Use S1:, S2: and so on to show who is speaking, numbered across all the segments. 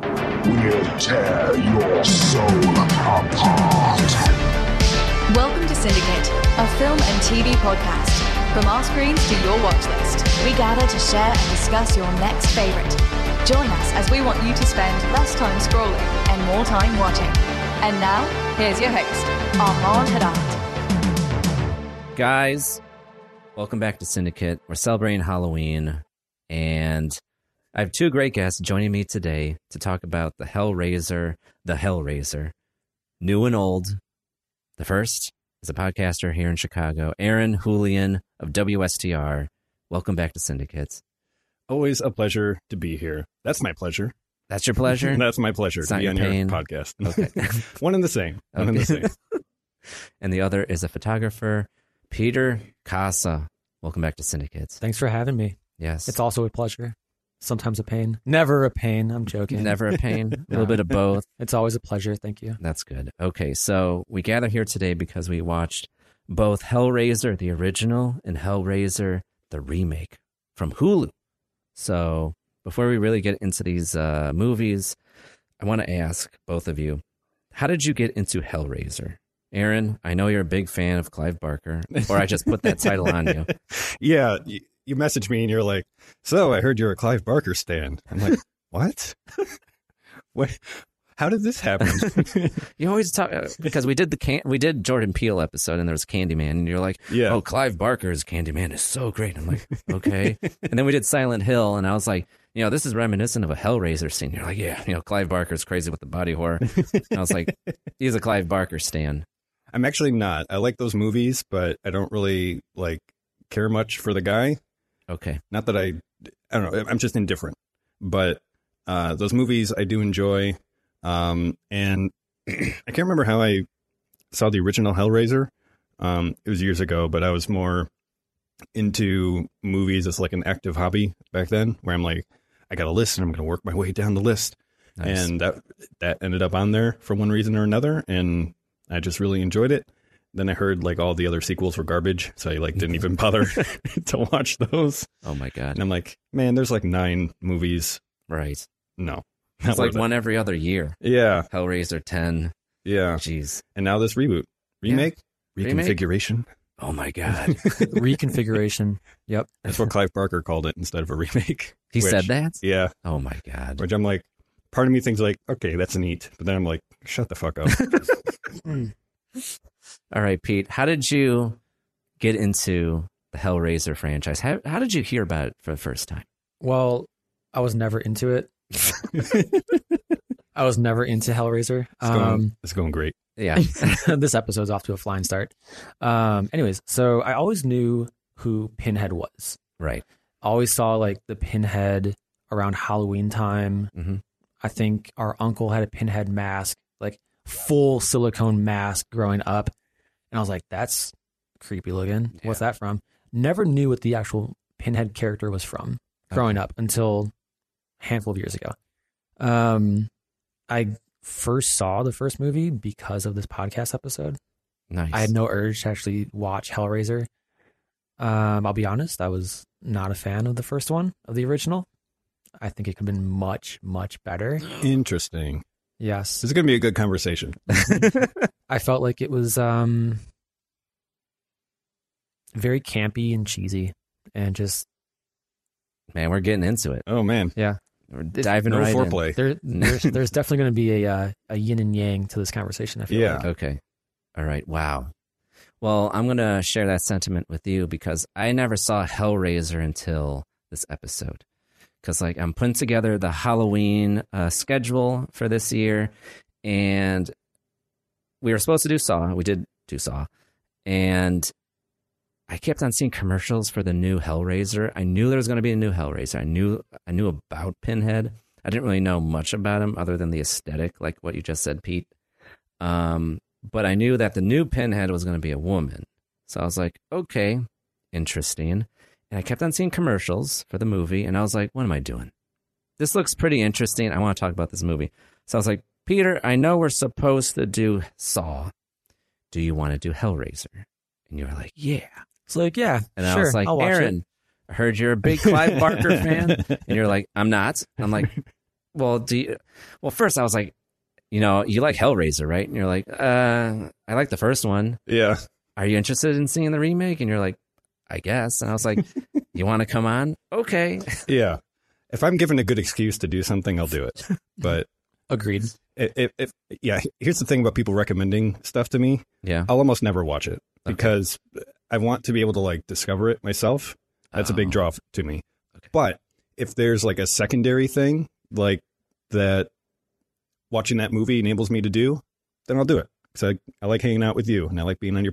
S1: We'll tear your soul apart.
S2: Welcome to Syndicate, a film and TV podcast. From our screens to your watch list, we gather to share and discuss your next favorite. Join us as we want you to spend less time scrolling and more time watching. And now, here's your host, Armand Haddad.
S3: guys welcome back to syndicate we're celebrating halloween and i have two great guests joining me today to talk about the hellraiser the hellraiser new and old the first is a podcaster here in chicago aaron julian of wstr welcome back to syndicate
S4: Always a pleasure to be here. That's my pleasure.
S3: that's your pleasure
S4: That's my pleasure
S3: It's
S4: to
S3: not
S4: be
S3: your
S4: on
S3: pain.
S4: your podcast.
S3: Okay.
S4: One and the same. One and the
S3: Okay.
S4: same.
S3: and the other is a photographer peter casa welcome back to syndicate
S5: Thanks for having me.
S3: yes
S5: It's also a pleasure. Sometimes a pain. Never a pain. I'm joking.
S3: never a pain a little bit of both
S5: It's always a pleasure. Thank you.
S3: That's good. Okay, so we gather here today because we watched both Hellraiser the original and Hellraiser the remake from Hulu. So before we really get into these uh, movies, I want to ask both of you, how did you get into Hellraiser? Aaron, I know you're a big fan of Clive Barker, or I just put that title on you.
S4: Yeah. You, you message me and you're like, so I heard you're a Clive Barker stand. I'm like, what? what? How did this happen?
S3: You always talk uh, because we did the can- we did Jordan Peele episode and there was Candyman and you're like,
S4: Yeah.
S3: oh, Clive Barker's Candyman is so great. I'm like, okay. and then we did Silent Hill and I was like, you know, this is reminiscent of a Hellraiser scene. You're like, yeah, you know, Clive Barker's crazy with the body horror. And I was like, he's a Clive Barker stan.
S4: I'm actually not. I like those movies, but I don't really like care much for the guy.
S3: Okay,
S4: not that I, I don't know. I'm just indifferent. But uh, those movies I do enjoy. Um, and I can't remember how I saw the original Hellraiser. Um, it was years ago, but I was more into movies as like an active hobby back then, where I'm like, I got a list and I'm going to work my way down the list.
S3: nice.
S4: And that that ended up on there for one reason or another, and I just really enjoyed it. Then I heard like all the other sequels were garbage, so I like didn't even bother to watch those.
S3: oh my god,
S4: And I'm like, man, there's like nine movies.
S3: right?
S4: No.
S3: It's like
S4: worth it.
S3: one every other year.
S4: Yeah,
S3: Hellraiser ten.
S4: yeah.
S3: Jeez.
S4: And now this reboot,
S3: Yeah.
S4: remake,
S3: Remake?
S4: reconfiguration.
S3: Oh my god.
S5: Reconfiguration. Yep.
S4: That's what Clive Barker called it instead of a remake.
S3: He
S4: Which-
S3: said that.
S4: Yeah,
S3: Oh my god.
S4: which I'm like, part of me thinks like, okay, that's neat, but then I'm like, shut the fuck up.
S3: All right, Pete. How did you get into the Hellraiser franchise? How how did you hear about it for the first time?
S5: Well, I was never into it. I was never into Hellraiser.
S4: It's going,
S5: Um,
S4: it's going great.
S3: Yeah.
S5: this episode's off to a flying start. Um, anyways, so I always knew who Pinhead was.
S3: right.
S5: Always saw like the Pinhead around Halloween time.
S3: Mhm.
S5: I think our uncle had a pinhead mask, like full silicone mask growing up. And I was like, that's creepy looking. What's that from? Never knew what the actual pinhead character was from growing up until handful of years ago. Um, I first saw the first movie because of this podcast episode.
S3: Nice.
S5: I had no urge to actually watch Hellraiser. Um, I'll be honest, I was not a fan of the first one of the original. I think it could have been much, much better.
S4: Interesting. This
S5: Yes,
S4: is going to be a good conversation.
S5: I felt like it was um, very campy and cheesy, and just
S3: Man, we're getting into it.
S4: Oh man,
S5: yeah.
S3: We're diving
S4: no
S3: right in.
S4: foreplay.
S5: There, there's, there's definitely going to be a uh, a yin and yang to this conversation. I feel
S4: Yeah.
S5: like.
S3: Okay. All right. Wow. Well, I'm going to share that sentiment with you because I never saw Hellraiser until this episode. Because, like, I'm putting together the Halloween uh, schedule for this year. And we were supposed to do Saw. We did do Saw. And I kept on seeing commercials for the new Hellraiser. I knew there was going to be a new Hellraiser. I knew I knew about Pinhead. I didn't really know much about him other than the aesthetic, like what you just said, Pete. Um, but I knew that the new Pinhead was going to be a woman. So I was like, okay, interesting. And I kept on seeing commercials for the movie, and I was like, what am I doing? This looks pretty interesting. I want to talk about this movie. So I was like, Peter, I know we're supposed to do Saw. Do you want to do Hellraiser? And you were like, yeah.
S5: It's like yeah,
S3: And
S5: sure.
S3: I was like,
S5: I'll watch it.
S3: Aaron, I heard you're a big Clive Barker fan. And you're like, I'm not. I'm like, well, do you? Well, first I was like, you know, you like Hellraiser, right? And you're like, uh, I like the first one.
S4: Yeah.
S3: Are you interested in seeing the remake? And you're like, I guess. And I was like, you want to come on? Okay.
S4: Yeah. If I'm given a good excuse to do something, I'll do it. But
S5: Agreed.
S4: if, if, if yeah, here's the thing about people recommending stuff to me.
S3: Yeah.
S4: I'll almost never watch it because I want to be able to like discover it myself. That's a big
S3: Oh.
S4: draw f- to me.
S3: Okay.
S4: But if there's like a secondary thing like that watching that movie enables me to do, then I'll do it. Cuz I, I like hanging out with you and I like being on your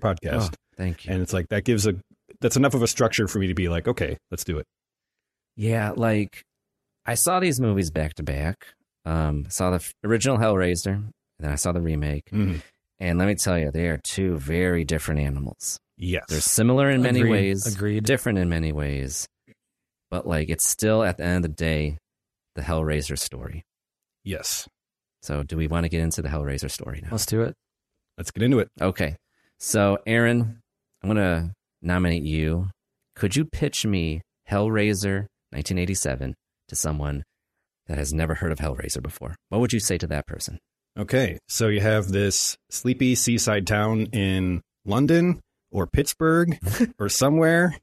S3: Oh,
S4: podcast.
S3: thank you.
S4: And it's like that gives a that's enough of a structure for me to be like, okay, let's do it.
S3: Yeah, like I saw these movies back to back. Um, saw the f- original Hellraiser, and then I saw the remake.
S4: Mhm.
S3: And let me tell you, they are two very different animals.
S4: Yes.
S3: They're similar in many
S5: Agreed.
S3: ways,
S5: Agreed.
S3: different in many ways, but like it's still at the end of the day, the Hellraiser story.
S4: yes.
S3: So, do we want to get into the Hellraiser story now?
S5: Let's do it.
S4: Let's get into it.
S3: Okay. So, Aaron, I'm going to nominate you. Could you pitch me Hellraiser 1987 to someone that has never heard of Hellraiser before? What would you say to that person?
S4: Okay, so you have this sleepy seaside town in London or Pittsburgh or somewhere,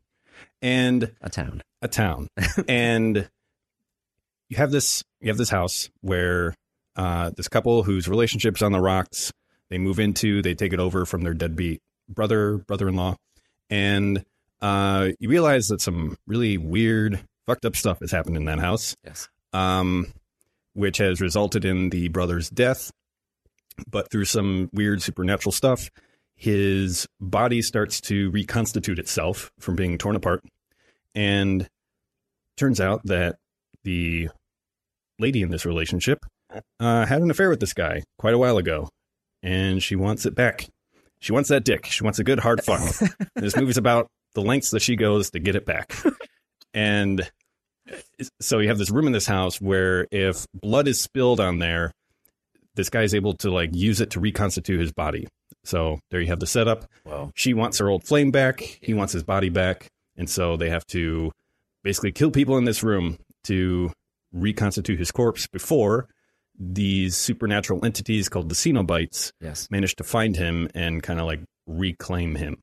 S4: and
S3: A town.
S4: a town, and you have this you have this house where uh, this couple whose relationship's on the rocks. They move into, they take it over from their deadbeat brother brother in law, and uh, you realize that some really weird, fucked up stuff has happened in that house
S3: Yes.
S4: um, which has resulted in the brother's death. But through some weird supernatural stuff, his body starts to reconstitute itself from being torn apart. And turns out that the lady in this relationship uh, had an affair with this guy quite a while ago, and she wants it back. She wants that dick. She wants a good hard fuck. And this movie's about the lengths that she goes to get it back. And so you have this room in this house where if blood is spilled on there, this guy is able to like use it to reconstitute his body. So there you have the setup.
S3: Wow.
S4: She wants her old flame back. He wants his body back. And so they have to basically kill people in this room to reconstitute his corpse before these supernatural entities called the Cenobites
S3: Yes.
S4: manage to find him and kind of like reclaim him.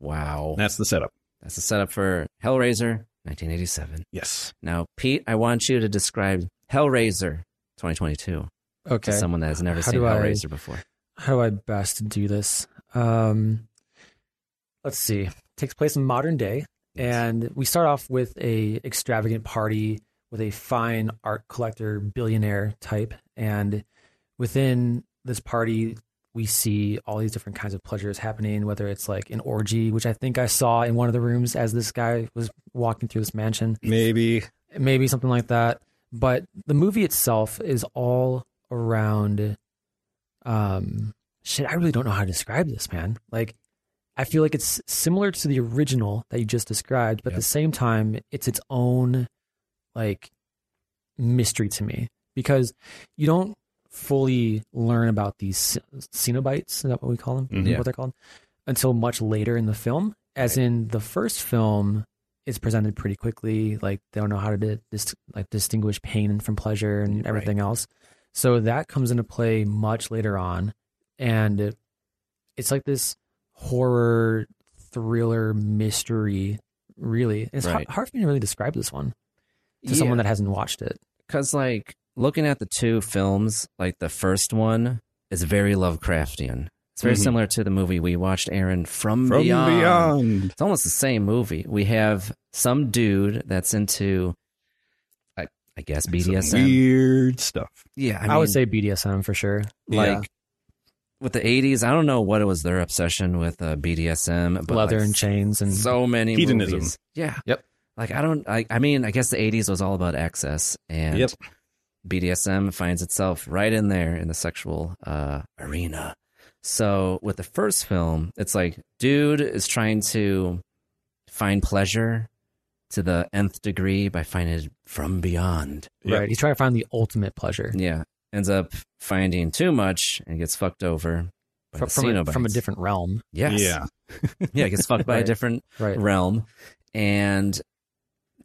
S3: Wow.
S4: That's the setup.
S3: That's the setup for Hellraiser 1987.
S4: Yes.
S3: Now, Pete, I want you to describe Hellraiser 2022
S5: Okay.
S3: to someone that has never
S5: How
S3: seen
S5: do I-
S3: Hellraiser before.
S5: How do I best do this? Um, let's see. takes place in modern day, and we start off with a extravagant party with a fine art collector billionaire type, and within this party we see all these different kinds of pleasures happening whether it's like an orgy which i think i saw in one of the rooms as this guy was walking through this mansion
S4: Maybe.
S5: maybe something like that. But the movie itself is all around um shit, I really don't know how to describe this, man. Like I feel like it's similar to the original that you just described, but at the same time, it's its own like mystery to me because you don't fully learn about these ce- Cenobites. Is that what we call them?
S4: Mhm.
S3: Mm-hmm. Yeah.
S5: What they're called until much later in the film. As in the first film, it's presented pretty quickly. Like they don't know how to di- dis- like distinguish pain from pleasure and
S3: Right.
S5: everything else. So that comes into play much later on, and it- it's like this horror thriller mystery. Really, it's har-
S3: Right.
S5: hard for me to really describe this one to someone that hasn't watched it.
S3: because like looking at the two films, like the first one is very Lovecraftian. It's very
S5: Mm-hmm.
S4: Mhm.
S3: similar to the movie we watched, Aaron, From,
S4: From
S3: Beyond.
S4: beyond.
S3: It's almost the same movie. We have some dude that's into, I, I guess,
S4: Some
S3: BDSM.
S4: weird stuff.
S3: Yeah,
S5: I,
S3: mean,
S5: would say BDSM for sure.
S3: like
S4: Yeah.
S3: with the '80s. I don't know what it was their obsession with uh, BDSM, but
S5: Leather
S3: like,
S5: and chains and
S3: so many
S4: Hedonism.
S3: movies. Yeah.
S5: Yep.
S3: Like I don't. I, I mean, I guess the '80s was all about access, and
S4: Yep.
S3: BDSM finds itself right in there in the sexual uh, arena. So with the first film, it's like dude is trying to find pleasure to the nth degree by finding it from beyond.
S4: Yeah.
S5: right. He's trying to find the ultimate pleasure
S3: Yeah. Ends up finding too much and gets fucked over by
S5: from,
S3: the
S5: from, a,
S3: Cenobites.
S5: from a different realm.
S3: Yes.
S4: Yeah.
S3: Yeah, gets fucked by a
S5: Right.
S3: different
S5: Right.
S3: realm and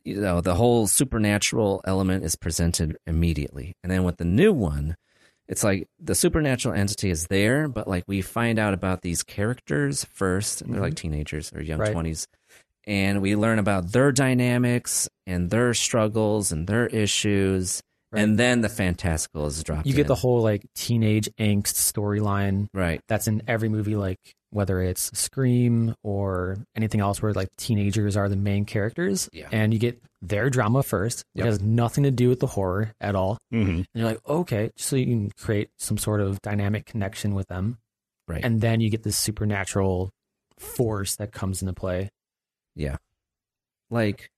S3: you know the whole supernatural element is presented immediately and then with the new one it's like the supernatural entity is there but like we find out about these characters first and they're like teenagers or young
S5: Mm-hmm. Right.
S3: 20s and we learn about their dynamics and their struggles and their issues
S5: Right.
S3: and then the fantastical is dropped
S5: You get the
S3: in.
S5: whole like teenage angst storyline
S3: right
S5: that's in every movie, like whether it's Scream or anything else where like teenagers are the main characters.
S3: Yeah.
S5: And you get their drama first.
S3: Yep. Mm-hmm.
S5: It has nothing to do with the horror at all.
S4: hmm
S5: And you're like, okay, so you can create some sort of dynamic connection with them.
S3: right
S5: And then you get this supernatural force that comes into play.
S3: Yeah. Like,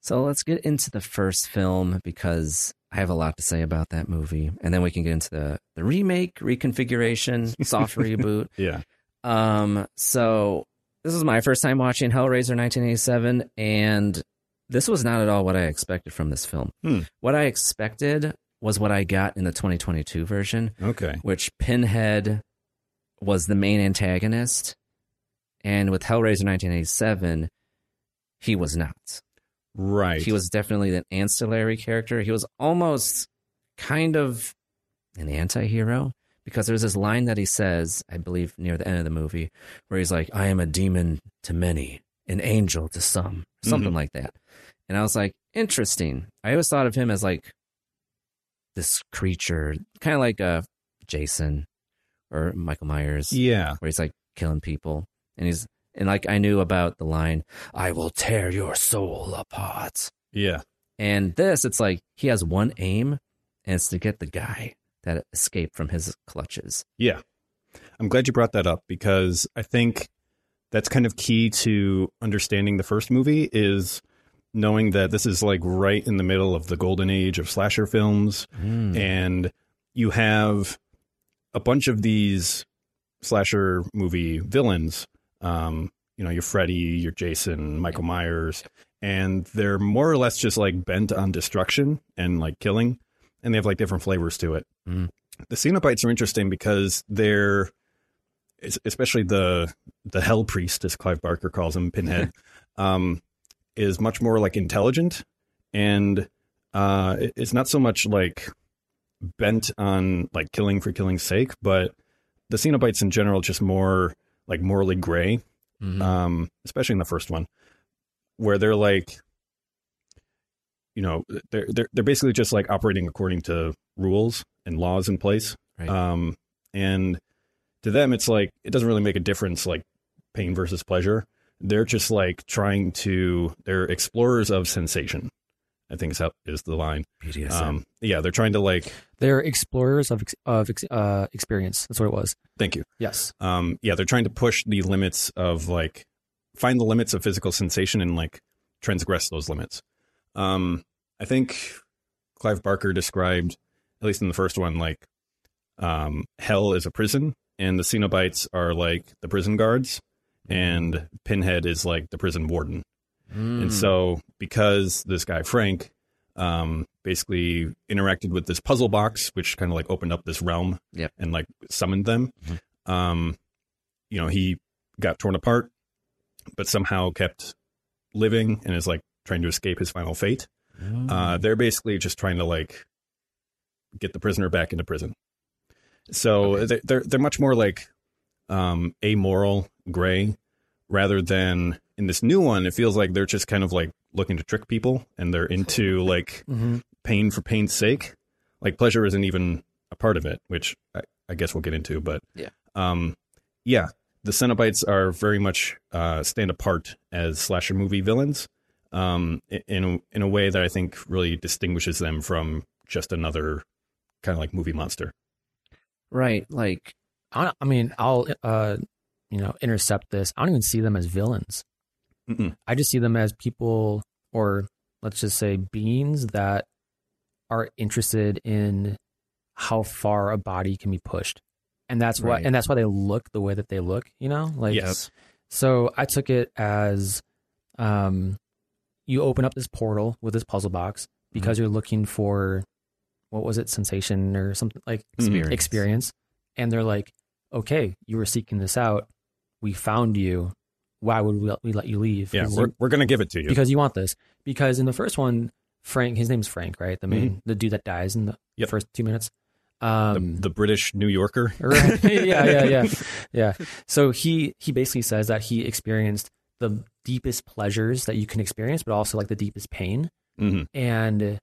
S3: so let's get into the first film because I have a lot to say about that movie. And then we can get into the, the remake, reconfiguration, soft reboot.
S4: Yeah.
S3: Um, so this was my first time watching Hellraiser 1987, and this was not at all what I expected from this film.
S4: Hmm.
S3: What I expected was what I got in the 2022 version,
S4: Okay.
S3: which Pinhead was the main antagonist, and with Hellraiser 1987, he was not.
S4: Right.
S3: He was definitely an ancillary character. He was almost kind of an anti-hero because there's this line that he says, I believe near the end of the movie, where he's like, "I am a demon to many, an angel to some," something
S4: Mhm.
S3: like that. And I was like, "Interesting." I always thought of him as like this creature, kind of like a Jason or Michael Myers
S4: Yeah.
S3: where he's like killing people and he's and like I knew about the line, I will tear your soul apart.
S4: Yeah.
S3: And this it's like he has one aim and it's to get the guy that escaped from his clutches.
S4: Yeah. I'm glad you brought that up because I think that's kind of key to understanding the first movie is knowing that this is like right in the middle of the golden age of slasher films and you have a bunch of these slasher movie villains um you know your freddy your jason michael myers and they're more or less just like bent on destruction and like killing and they have like different flavors to it
S3: Mm.
S4: the cenobites are interesting because they're es- especially the the hell priest as clive barker calls him pinhead um is much more like intelligent and uh it- it's not so much like bent on like killing for killing's sake but the Cenobites in general just more like morally gray,
S3: Mhm.
S4: um, especially in the first one, where they're like, you know, they're they're they're basically just like operating according to rules and laws in place,
S3: Right.
S4: um, and to them it's like it doesn't really make a difference, like pain versus pleasure. They're just like trying to they're explorers of sensation. I think is how is the line.
S3: BDSM.
S4: Um, yeah, they're trying to like
S5: They're explorers of ex- of ex- uh, experience. That's what it was.
S4: thank you.
S5: Yes.
S4: um yeah they're trying to push the limits of like find the limits of physical sensation and like transgress those limits um i think clive barker described at least in the first one like um hell is a prison and the cenobites are like the prison guards and pinhead is like the prison warden
S3: Mm.
S4: and so because this guy frank um basically interacted with this puzzle box, which kind of like opened up this realm
S3: Yep.
S4: and like summoned them. Um, you know, he got torn apart, but somehow kept living and is like trying to escape his final fate. Uh, they're basically just trying to like get the prisoner back into prison. So they- they're they're much more like um, amoral, gray, rather than in this new one. It feels like they're just kind of like looking to trick people, and they're into like pain for pain's sake. Like pleasure isn't even a part of it, which I, I guess we'll get into. But
S3: Yeah.
S4: um, yeah, the Cenobites are very much uh, stand apart as slasher movie villains um, i- in a, in a way that I think really distinguishes them from just another kind of like movie monster.
S3: Right. Like,
S5: I, don't- I mean, I'll uh, you know intercept this. I don't even see them as villains.
S4: Mm-mm.
S5: I just see them as people, or let's just say beings that are interested in how far a body can be pushed, and that's why
S3: Right.
S5: and that's why they look the way that they look. You know, like
S4: yes,
S5: so I took it as um, you open up this portal with this puzzle box because you're looking for what was it, sensation or something like
S3: Experience.
S5: experience. And they're like, okay, you were seeking this out. We found you. Why would we, we let you leave?
S4: yeah,
S5: Because
S4: we're
S5: you-
S4: we're gonna give it to you.
S5: because you want this. Because in the first one, Frank, his name's Frank, right? The main, the dude that dies in the
S4: Mm-hmm. Yep.
S5: first two minutes.
S4: the,
S5: Um,
S4: the British New Yorker.
S5: Right. yeah, yeah, yeah. Yeah. So he he basically says that he experienced the deepest pleasures that you can experience, but also like the deepest pain.
S4: hmm
S5: And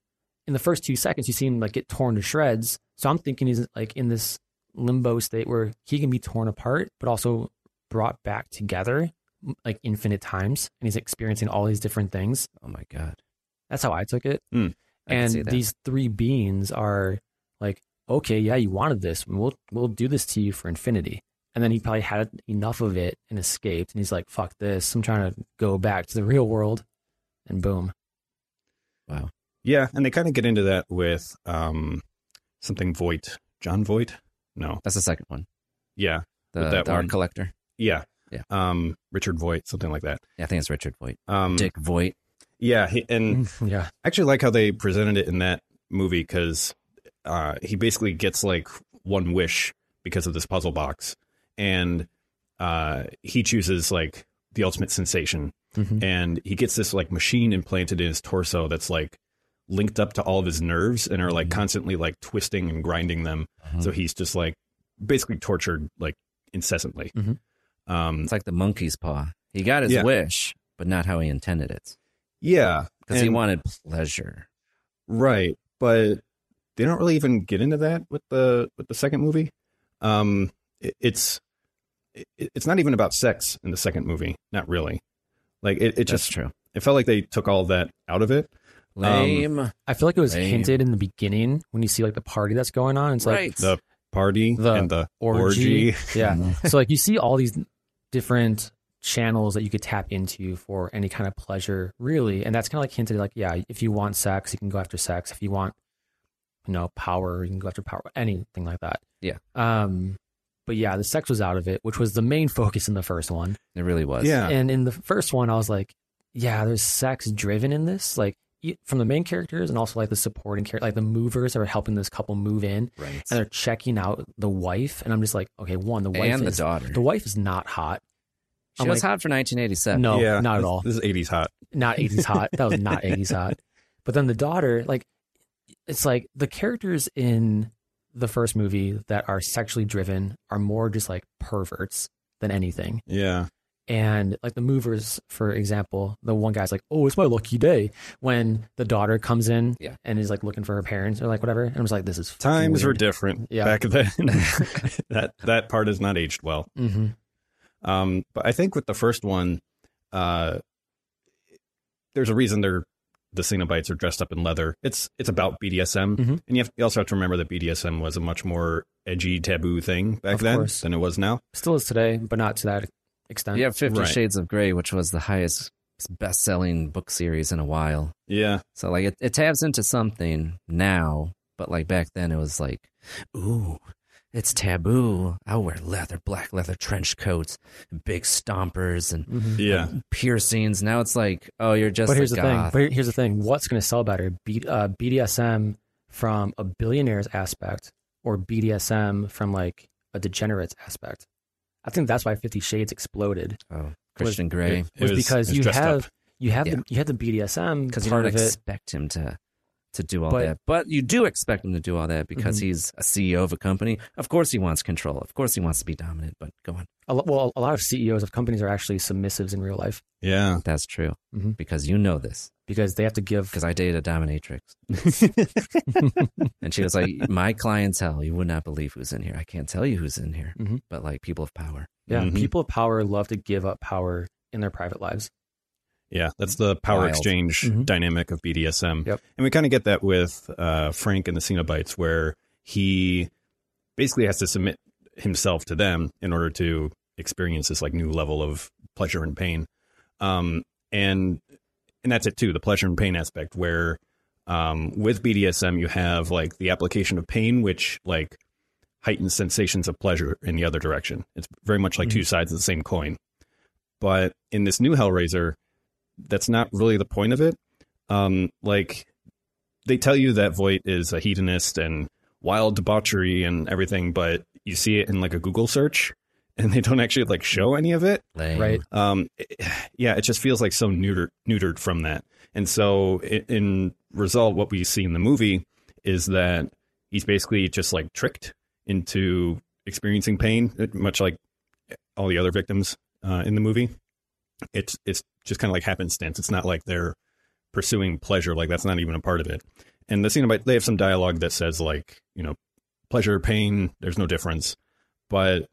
S5: in the first two seconds, you see him like get torn to shreds. So I'm thinking he's like in this limbo state where he can be torn apart, but also brought back together m- like infinite times, and he's experiencing all these different things.
S3: oh my God. Hmm.
S5: That's how I took it.
S4: Mm.
S3: I can
S5: and
S3: see that.
S5: these three beings are like, okay, yeah, you wanted this. We'll we'll do this to you for infinity. And then he probably had enough of it and escaped. And he's like, fuck this. I'm trying to go back to the real world. And boom.
S3: Wow.
S4: Yeah, and they kind of get into that with um, something Voight, John Voight. No,
S3: That's the second one.
S4: yeah,
S3: The,
S4: With that
S3: the art
S4: one.
S3: collector.
S4: yeah,
S3: Yeah.
S4: Um, Richard Voight, something like that.
S3: Yeah, I think it's Richard Voigt.
S4: Um,
S3: Dick Mm. Voigt.
S4: Yeah, he, and
S3: Hmm.
S5: yeah.
S4: I actually like how they presented it in that movie because uh, he basically gets like one wish because of this puzzle box, and uh, he chooses like the ultimate sensation,
S3: Mm-hmm.
S4: and he gets this like machine implanted in his torso that's like linked up to all of his nerves and are like
S3: Mm-hmm.
S4: constantly like twisting and grinding them, so he's just like basically tortured like incessantly.
S5: Mhm.
S4: Um,
S3: It's like the monkey's paw. He got his
S4: Yeah.
S3: wish, but not how he intended it.
S4: yeah,
S3: Because he
S4: and-
S3: wanted pleasure.
S4: Right, but they don't really even get into that with the with the second movie. Um, it, it's it, it's not even about sex in the second movie, not really. Like it, it
S3: That's
S4: just
S3: true.
S4: it felt like they took all that out of it. Um,
S3: Lame.
S5: I feel like it was
S3: Lame.
S5: hinted in the beginning when you see like the party that's going on. It's like
S3: right.
S4: The party
S5: The
S4: and the
S5: orgy.
S4: orgy. Mm-hmm.
S5: Yeah. so like you see all these different channels that you could tap into for any kind of pleasure, really. And that's kind of like hinted like, yeah, if you want sex, you can go after sex. If you want, you know, power, you can go after power, anything like that.
S3: Yeah.
S5: Um, but yeah, the sex was out of it, which was the main focus in the first one.
S3: it really was.
S4: Yeah.
S5: And in the first one, I was like, yeah, there's sex driven in this, like e- from the main characters and also like the supporting character, like the movers that are helping this couple move in
S3: Right.
S5: and they're checking out the wife, and I'm just like, okay, one, the wife
S3: And the
S5: is,
S3: daughter.
S5: The wife is not hot.
S3: She
S5: I'm
S3: was
S5: like,
S3: hot for 1987.
S5: No,
S4: yeah,
S5: not at
S4: this-
S5: all.
S4: This is eighties hot.
S5: Not 80s hot. That was not 80s hot. But then the daughter, like, it's like the characters in the first movie that are sexually driven are more just like perverts than anything.
S4: Yeah,
S5: And like the movers, for example, the one guy's like, "Oh, it's my lucky day." When the daughter comes in
S3: Yeah.
S5: and is like looking for her parents or like whatever, and I'm just like, "This is
S4: times were
S5: weird.
S4: different
S5: Yeah.
S4: back then. that that part has not aged well.
S5: hmm
S4: Um, but I think with the first one, uh, there's a reason they're the Cenobites are dressed up in leather. It's it's about BDSM,
S5: Mhm.
S4: and you, have, you also have to remember that BDSM was a much more edgy, taboo thing back
S5: Of
S4: then
S5: course.
S4: than it was now.
S5: Still is today, but not to that extent.
S3: You have Fifty
S4: Right.
S3: Shades of Grey, which was the highest best selling book series in a while.
S4: Yeah,
S3: So, like, it, it taps into something now, but like back then it was like, ooh, It's taboo. I'll wear leather, black leather trench coats, big stompers, and
S4: Yeah.
S3: piercings. Now it's like, oh, you're just.
S5: Mm-hmm. but here's
S3: a
S5: the
S3: goth.
S5: thing. But here's the thing. What's going to sell better, B, uh, BDSM from a billionaire's aspect, or BDSM from like a degenerate's aspect? I think that's why Fifty Shades exploded
S3: oh, Christian Grey.
S4: It
S5: was,
S4: was-
S5: because
S4: it was
S5: you
S4: dressed
S5: have
S4: up.
S5: you have
S3: Yeah.
S5: the, you have the BDSM
S3: because
S5: because
S3: you don't
S5: part of it.
S3: expect him to to do all
S5: But-
S3: that. But you do expect him to do all that because
S5: Mhm.
S3: he's a CEO of a company. Of course, he wants control. Of course, he wants to be dominant. But go on,
S5: A lot, well, a lot of CEOs of companies are actually submissives in real life
S4: Yeah.
S3: that's true
S5: Mhm.
S3: because you know this
S5: because they have to give.
S3: Mm-hmm. because I Mm-hmm. dated a dominatrix, and she was like, "My clientele, you would not believe who's in here. I can't tell you who's in here,
S5: Mhm.
S3: but like people of power."
S5: Yeah,
S4: Mhm.
S5: people of power love to give up power in their private lives.
S4: Yeah, that's the power
S3: Wild.
S4: exchange
S5: Mhm.
S4: dynamic of BDSM.
S5: Yep.
S4: And we kind of get that with uh, Frank and the Cenobites, where he basically has to submit himself to them in order to experience this like new level of pleasure and pain. Um, and and that's it too, the pleasure and pain aspect where um, with BDSM you have like the application of pain, which like heightens sensations of pleasure in the other direction. It's very much like two sides of the same coin. But in this new Hellraiser, that's not really the point of it. Um, like they tell you that Voight is a hedonist and wild debauchery and everything, but you see it in like a Google search, and they don't actually like show any of it
S3: Lame.
S5: Right.
S4: um it- yeah it just feels like so neutered neutered from that and so i in result what we see in the movie is that he's basically just like tricked into experiencing pain uh, much like all the other victims uh, in the movie it's it's just kind of like happenstance it's not like they're pursuing pleasure like that's not even a part of it and the scene about they have some dialogue that says like you know pleasure pain there's no difference but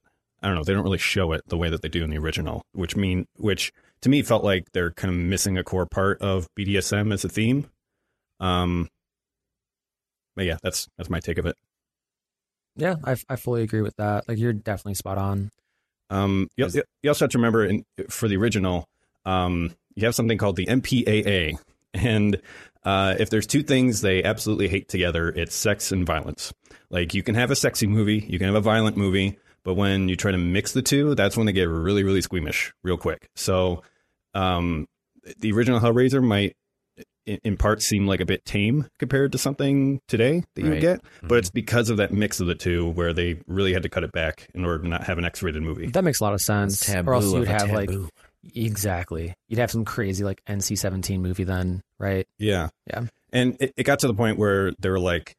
S4: I don't know, they don't really show it the way that they do in the original, which mean which to me felt like they're kind of missing a core part of BDSM as a theme. Um but yeah, that's that's my take of it.
S5: Yeah, I, I fully agree with that. Like you're definitely spot on.
S4: Um you,
S3: Is-
S4: you- you also have to remember in, for the original, um you have something called the MPAA and uh, if there's two things they absolutely hate together, it's sex and violence. Like you can have a sexy movie, you can have a violent movie, but when you try to mix the two, that's when they get really, really squeamish real quick. So, um, the original Hellraiser might, in, in part, seem like a bit tame compared to something today that you
S3: Right.
S4: would get, but it's because of that mix of the two where they really had to cut it back in order to not have an X-rated movie.
S5: That makes a lot of
S3: It's
S5: sense.
S3: taboo.
S5: or else you
S3: of
S5: would
S3: a
S5: have like
S3: taboo.
S5: Exactly. You'd have some crazy like NC-17 movie then, right?
S4: Yeah.
S5: Yeah.
S4: And it, it got to the point where they were like,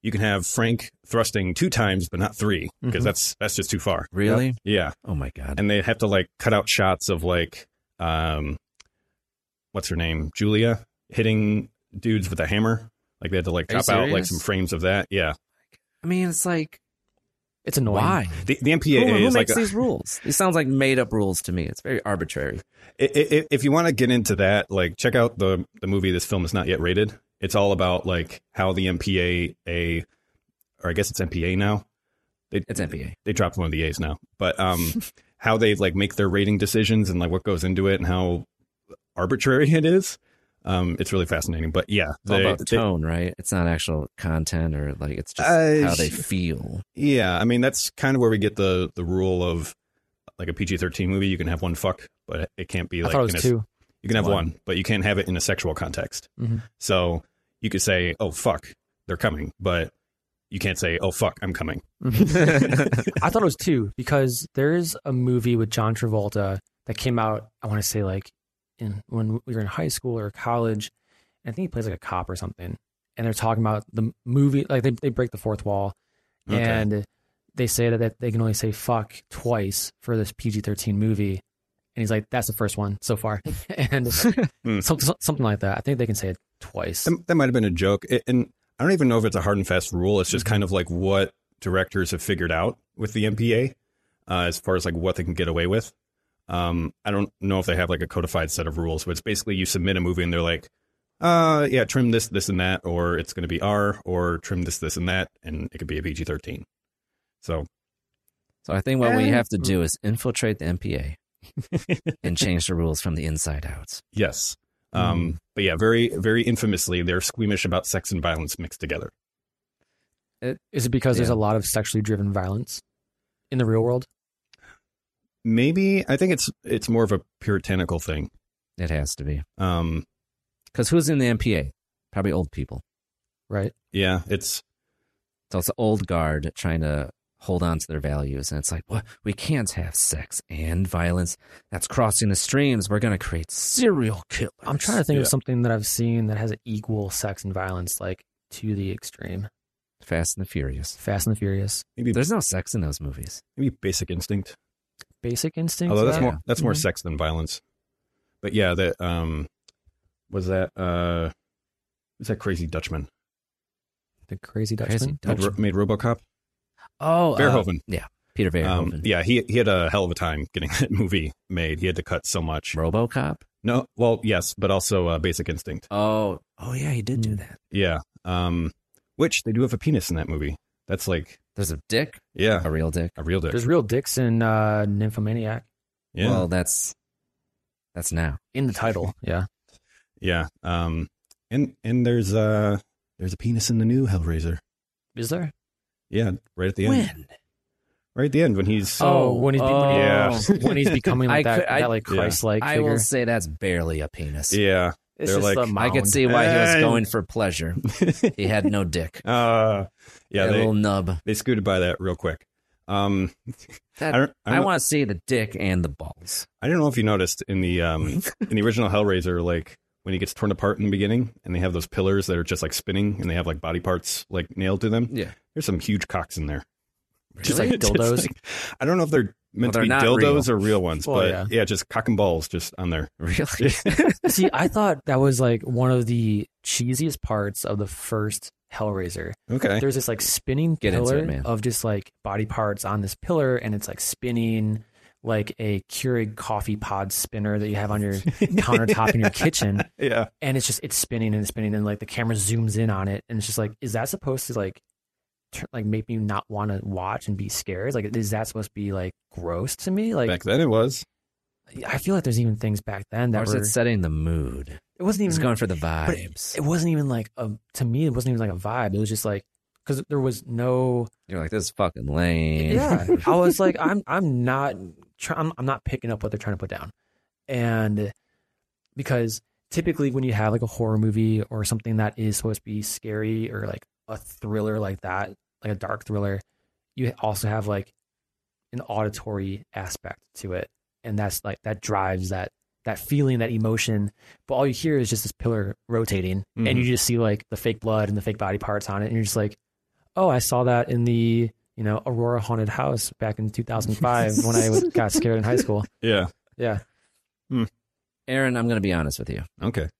S4: you can have Frank thrusting two times, but not three, because
S5: Mhm.
S4: that's that's just too far.
S3: Mm-hmm. really.
S4: Yeah.
S3: Oh my god.
S4: and they have to like cut out shots of like um what's her name julia hitting dudes with a hammer like they had to like
S3: Are you
S4: chop out like
S3: serious?
S4: some frames of that yeah
S3: I mean, it's like
S5: It's annoying.
S3: why?
S4: the, the
S3: Who,
S4: mpaa
S3: who
S4: is
S3: makes
S4: like a-
S3: these rules? These sounds like made up rules to me. It's very arbitrary.
S4: i- i- i- if you want to get into that like check out the the movie this film is not yet rated it's all about like how the mpaa or i guess it's mpa now they,
S3: It's MPA.
S4: they dropped one of the A's now, but um, how they like make their rating decisions and like what goes into it and how arbitrary it is. Um, it's really fascinating, but yeah,
S3: It's all
S4: they-
S3: about
S4: they-
S3: tone, right? It's not actual content or like it's just
S4: Uh,
S3: how they feel.
S4: yeah. I mean, that's kind of where we get the the rule of like a PG thirteen movie. You can have one fuck, but it can't be
S5: I
S4: like
S5: thought
S4: in
S5: it
S4: a-
S5: was two.
S4: You can have
S3: One. Mm-hmm.
S4: one. but you can't have it in a sexual context.
S5: Mhm.
S4: So you could say, "Oh fuck, they're coming," but you can't say, "Oh fuck, I'm coming."
S5: I thought it was two because there is a movie with John Travolta that came out. I want to say like in when we were in high school or college. And I think he plays like a cop or something. And they're talking about the movie, like they they break the fourth wall,
S4: Okay.
S5: and they say that, that they can only say fuck twice for this PG thirteen movie. And he's like, "That's the first one so far," and some, some- something like that. I think they can say it twice.
S4: That, that might have been a joke. It, and I don't even know if it's a hard and fast rule. It's just kind of like what directors have figured out with the MPA uh, as far as like what they can get away with. Um, I don't know if they have like a codified set of rules, but it's basically you submit a movie and they're like, uh, yeah, trim this, this, and that, or it's going to be R, or trim this, this, and that, and it could be a PG 13. So
S3: So I think what
S5: eh.
S3: we have to do is infiltrate the MPA and change the rules from the inside out.
S4: Yes. Um, But yeah, very, very infamously, they're squeamish about sex and violence mixed together.
S3: It-
S5: Is it because there's
S3: yeah.
S5: a lot of sexually driven violence in the real world?
S4: Maybe I think it's it's more of a puritanical thing.
S3: It has to be.
S4: Um,
S3: Because who's in the MPA? Probably old people.
S5: Right.
S4: yeah, it's
S3: So it's the old guard trying to hold on to their values. And it's like, what? We can't have sex and violence. That's crossing the streams. We're going to create serial killers.
S5: I'm trying to think of
S4: Yeah.
S5: something that I've seen that has equal sex and violence, like to the extreme.
S3: Fast and the Furious.
S5: Fast and the Furious,
S4: maybe
S3: There's no sex in those movies.
S4: maybe Basic Instinct.
S5: Basic Instinct.
S4: Although
S5: is
S4: that's
S5: that?
S4: more that's more
S5: Mhm.
S4: sex than violence. But yeah, that um was that uh was that crazy Dutchman,
S5: The Crazy Dutchman.
S3: Crazy
S4: that
S3: Dutchman.
S4: ro- made RoboCop? Um,
S3: Oh, uh,
S4: Verhoeven.
S3: yeah. Peter Verhoeven.
S4: Um, yeah, he he had a hell of a time getting that movie made. He had to cut so much.
S3: Robocop.
S4: No, well, yes, but also uh, Basic Instinct.
S3: Oh, oh yeah, he did
S5: Mm.
S3: do that.
S4: Yeah. Um which they do have a penis in that movie. That's like
S3: There's a dick,
S4: yeah,
S3: a real dick.
S4: a real dick.
S5: There's real dicks in uh, Nymphomaniac
S4: Yeah.
S3: Well, that's that's now.
S5: in the title. Yeah.
S4: yeah. Um and and there's uh there's a penis in the new Hellraiser.
S5: Is there?
S4: Yeah, right at the end. Right at the end when he's
S5: Oh, when he's
S3: oh.
S4: Yeah.
S5: when he's becoming like
S3: I
S5: that,
S3: could- I-
S5: that like
S4: Yeah.
S5: Christ-like
S3: I
S5: figure.
S3: will say that's barely a penis.
S4: Yeah.
S5: it's
S4: they're
S5: just
S4: like-
S5: the
S3: I
S5: mound.
S3: could see why he was
S4: Hey.
S3: going for pleasure. He had no dick.
S4: Uh, yeah,
S3: a
S4: they,
S3: little nub.
S4: they scooted by that real quick. Um,
S3: That,
S4: I
S3: I,
S4: don't- I don't-
S3: want to see the dick and the balls.
S4: I don't know if you noticed in the um, in the original Hellraiser, like when he gets torn apart in the beginning, and they have those pillars that are just like spinning, and they have like body parts like nailed to them.
S3: Yeah.
S4: There's some huge cocks in there.
S5: Just like dildos?
S4: like- I don't know if they're meant
S3: Well,
S4: to be
S3: they're not
S4: dildos or real ones,
S5: Well,
S4: but
S5: yeah.
S4: yeah. just cock and balls just on there.
S3: Really?
S5: See, I thought that was like one of the cheesiest parts of the first Hellraiser.
S4: okay.
S5: There's this like spinning
S3: Get into
S5: pillar
S3: it, man.
S5: of just like body parts on this pillar, and it's like spinning like a Keurig coffee pod spinner that you have on your countertop in your kitchen.
S4: Yeah.
S5: And it's just it's spinning and spinning, and like the camera zooms in on it, and it's just like, is that supposed to like, turn, like make me not want to watch and be scared? Like, is that supposed to be like gross to me? Like,
S4: Back then it was.
S5: I feel like there's even things back then
S3: or
S5: that
S3: is
S5: were
S3: it setting the mood?
S5: it wasn't even
S3: He's going for the
S5: but
S3: vibes.
S5: It wasn't even like a to me. It wasn't even like a vibe. It was just like because there was no.
S3: You're like, this is fucking lame.
S5: I was like, I'm I'm not try, I'm, I'm not picking up what they're trying to put down, and because typically when you have like a horror movie or something that is supposed to be scary or like a thriller like that, like a dark thriller, you also have like an auditory aspect to it, and that's like that drives that that feeling, that emotion. But all you hear is just this pillar rotating, and
S4: Mhm.
S5: you just see like the fake blood and the fake body parts on it, and you're just like, oh, I saw that in the you know Aurora haunted house back in 2005 when I was- got scared in high school.
S4: Yeah.
S5: Yeah,
S3: Aaron, I'm going to be honest with you.
S4: Okay.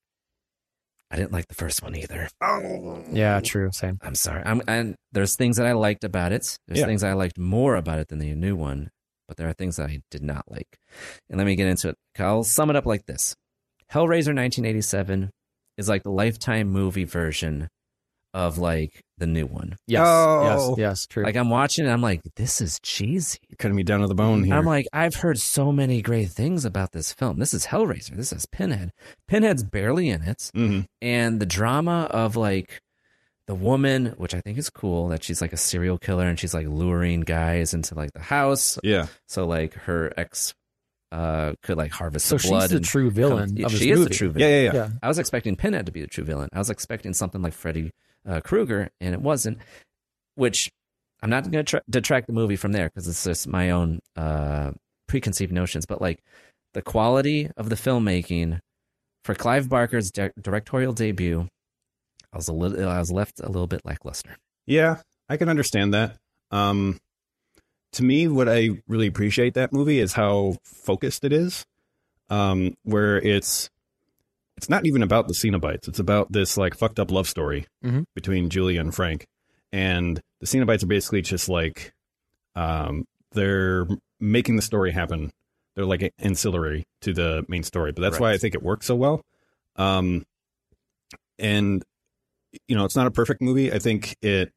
S3: I didn't like the first one either.
S4: Oh.
S5: yeah, true. Same.
S3: I'm sorry. I'm and there's things that I liked about it. There's
S4: Yeah.
S3: things I liked more about it than the new one, but there are things that I did not like. And let me get into it. I'll sum it up like this: Hellraiser 1987 is like the lifetime movie version of like the new one.
S5: Yes,
S4: Oh.
S5: yes, yes. True.
S3: Like I'm watching, it, I'm like, this is cheesy.
S4: You're cutting me down to the bone here.
S3: I'm like, I've heard so many great things about this film. This is Hellraiser. This is Pinhead. Pinhead's barely in it
S4: hmm
S3: and the drama of like the woman, which I think is cool, that she's like a serial killer and she's like luring guys into like the house.
S4: Yeah.
S3: So like her ex uh could like harvest
S5: so
S3: the blood.
S5: she's the
S3: and
S5: true villain
S3: come-
S5: of
S3: she
S5: this
S3: is
S5: movie.
S3: the true villain.
S4: Yeah. Yeah. Yeah.
S5: Yeah.
S3: I was expecting Pinhead to be the true villain. I was expecting something like Freddy uh, Krueger, and it wasn't. Which I'm not going to tra- detract the movie from there because it's just my own uh, preconceived notions. But like the quality of the filmmaking for Clive Barker's di- directorial debut, I was a little, I was left a little bit lackluster.
S4: Yeah, I can understand that. Um, to me, what I really appreciate that movie is how focused it is. Um, where it's it's not even about the Cenobites; it's about this like fucked up love story
S5: Mhm.
S4: between Julia and Frank. And the Cenobites are basically just like um, they're making the story happen. They're like ancillary to the main story, but that's why
S3: Right.
S4: I think it works so well. Um, and you know, it's not a perfect movie. I think it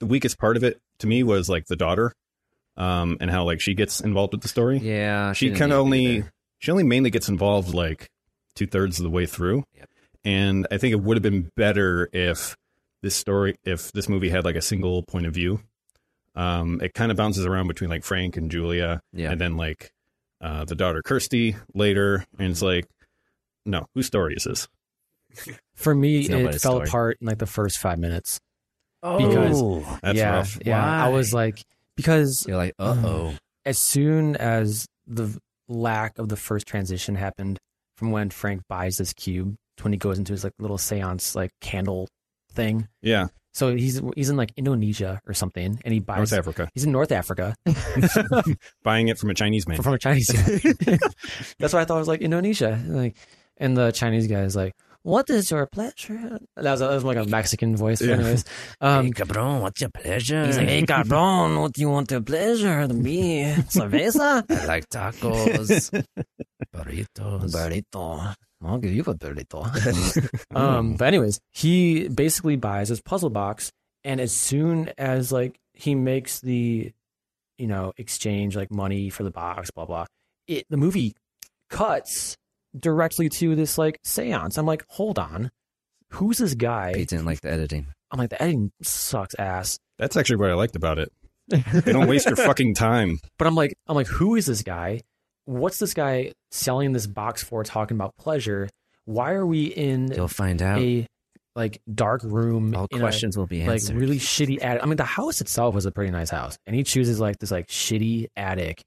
S4: the weakest part of it to me was like the daughter um and how like she gets involved with the story
S3: Yeah,
S4: she
S3: Uh, didn't
S4: kind
S3: need to be
S4: of only
S3: there.
S4: she only mainly gets involved like two thirds of the way through
S3: Yep.
S4: and i think it would have been better if this story if this movie had like a single point of view. Um, it kind of bounces around between like Frank and Julia,
S3: Yeah.
S4: and then like uh, the daughter Kirsty later, and it's like, no, whose story is this?
S5: For me,
S3: It's
S5: it
S3: nobody's
S5: fell
S3: story.
S5: apart in like the first five minutes.
S3: Oh.
S4: That's
S5: yeah,
S4: rough.
S5: yeah. I was like, because
S3: You're like, uh oh.
S5: as soon as the lack of the first transition happened from when Frank buys this cube to when he goes into his like little seance like candle thing.
S4: Yeah,
S5: So he's he's in like Indonesia or something, and he buys.
S4: North Africa,
S5: He's in North Africa
S4: buying it from a Chinese man.
S5: from a Chinese. guy. That's what I thought was like Indonesia, like, and the Chinese guy is like, "What is your pleasure?" That was, that was like a Mexican voice,
S4: Yeah.
S5: anyways. Um,
S3: hey, cabron, what's your pleasure?
S5: he's like, "Hey, cabron, what do you want your pleasure to be? Cerveza,
S3: I like tacos, burritos.
S5: burrito. I'll give you a burrito." um, but anyways, he basically buys this puzzle box, and as soon as like he makes the, you know, exchange like money for the box, blah blah. It the movie cuts directly to this like seance. I'm like, hold on, who's this
S3: He
S5: guy?
S3: didn't like the editing.
S5: I'm like, the editing sucks ass.
S4: That's actually what I liked about it. They don't waste your fucking time.
S5: But I'm like, I'm like, who is this guy? What's this guy selling this box for? Talking about pleasure. Why are we in
S3: You'll find out.
S5: a like dark room?
S3: All
S5: in a,
S3: questions will be
S5: like
S3: answered.
S5: really shitty attic. I mean, the house itself was a pretty nice house, and he chooses like this like shitty attic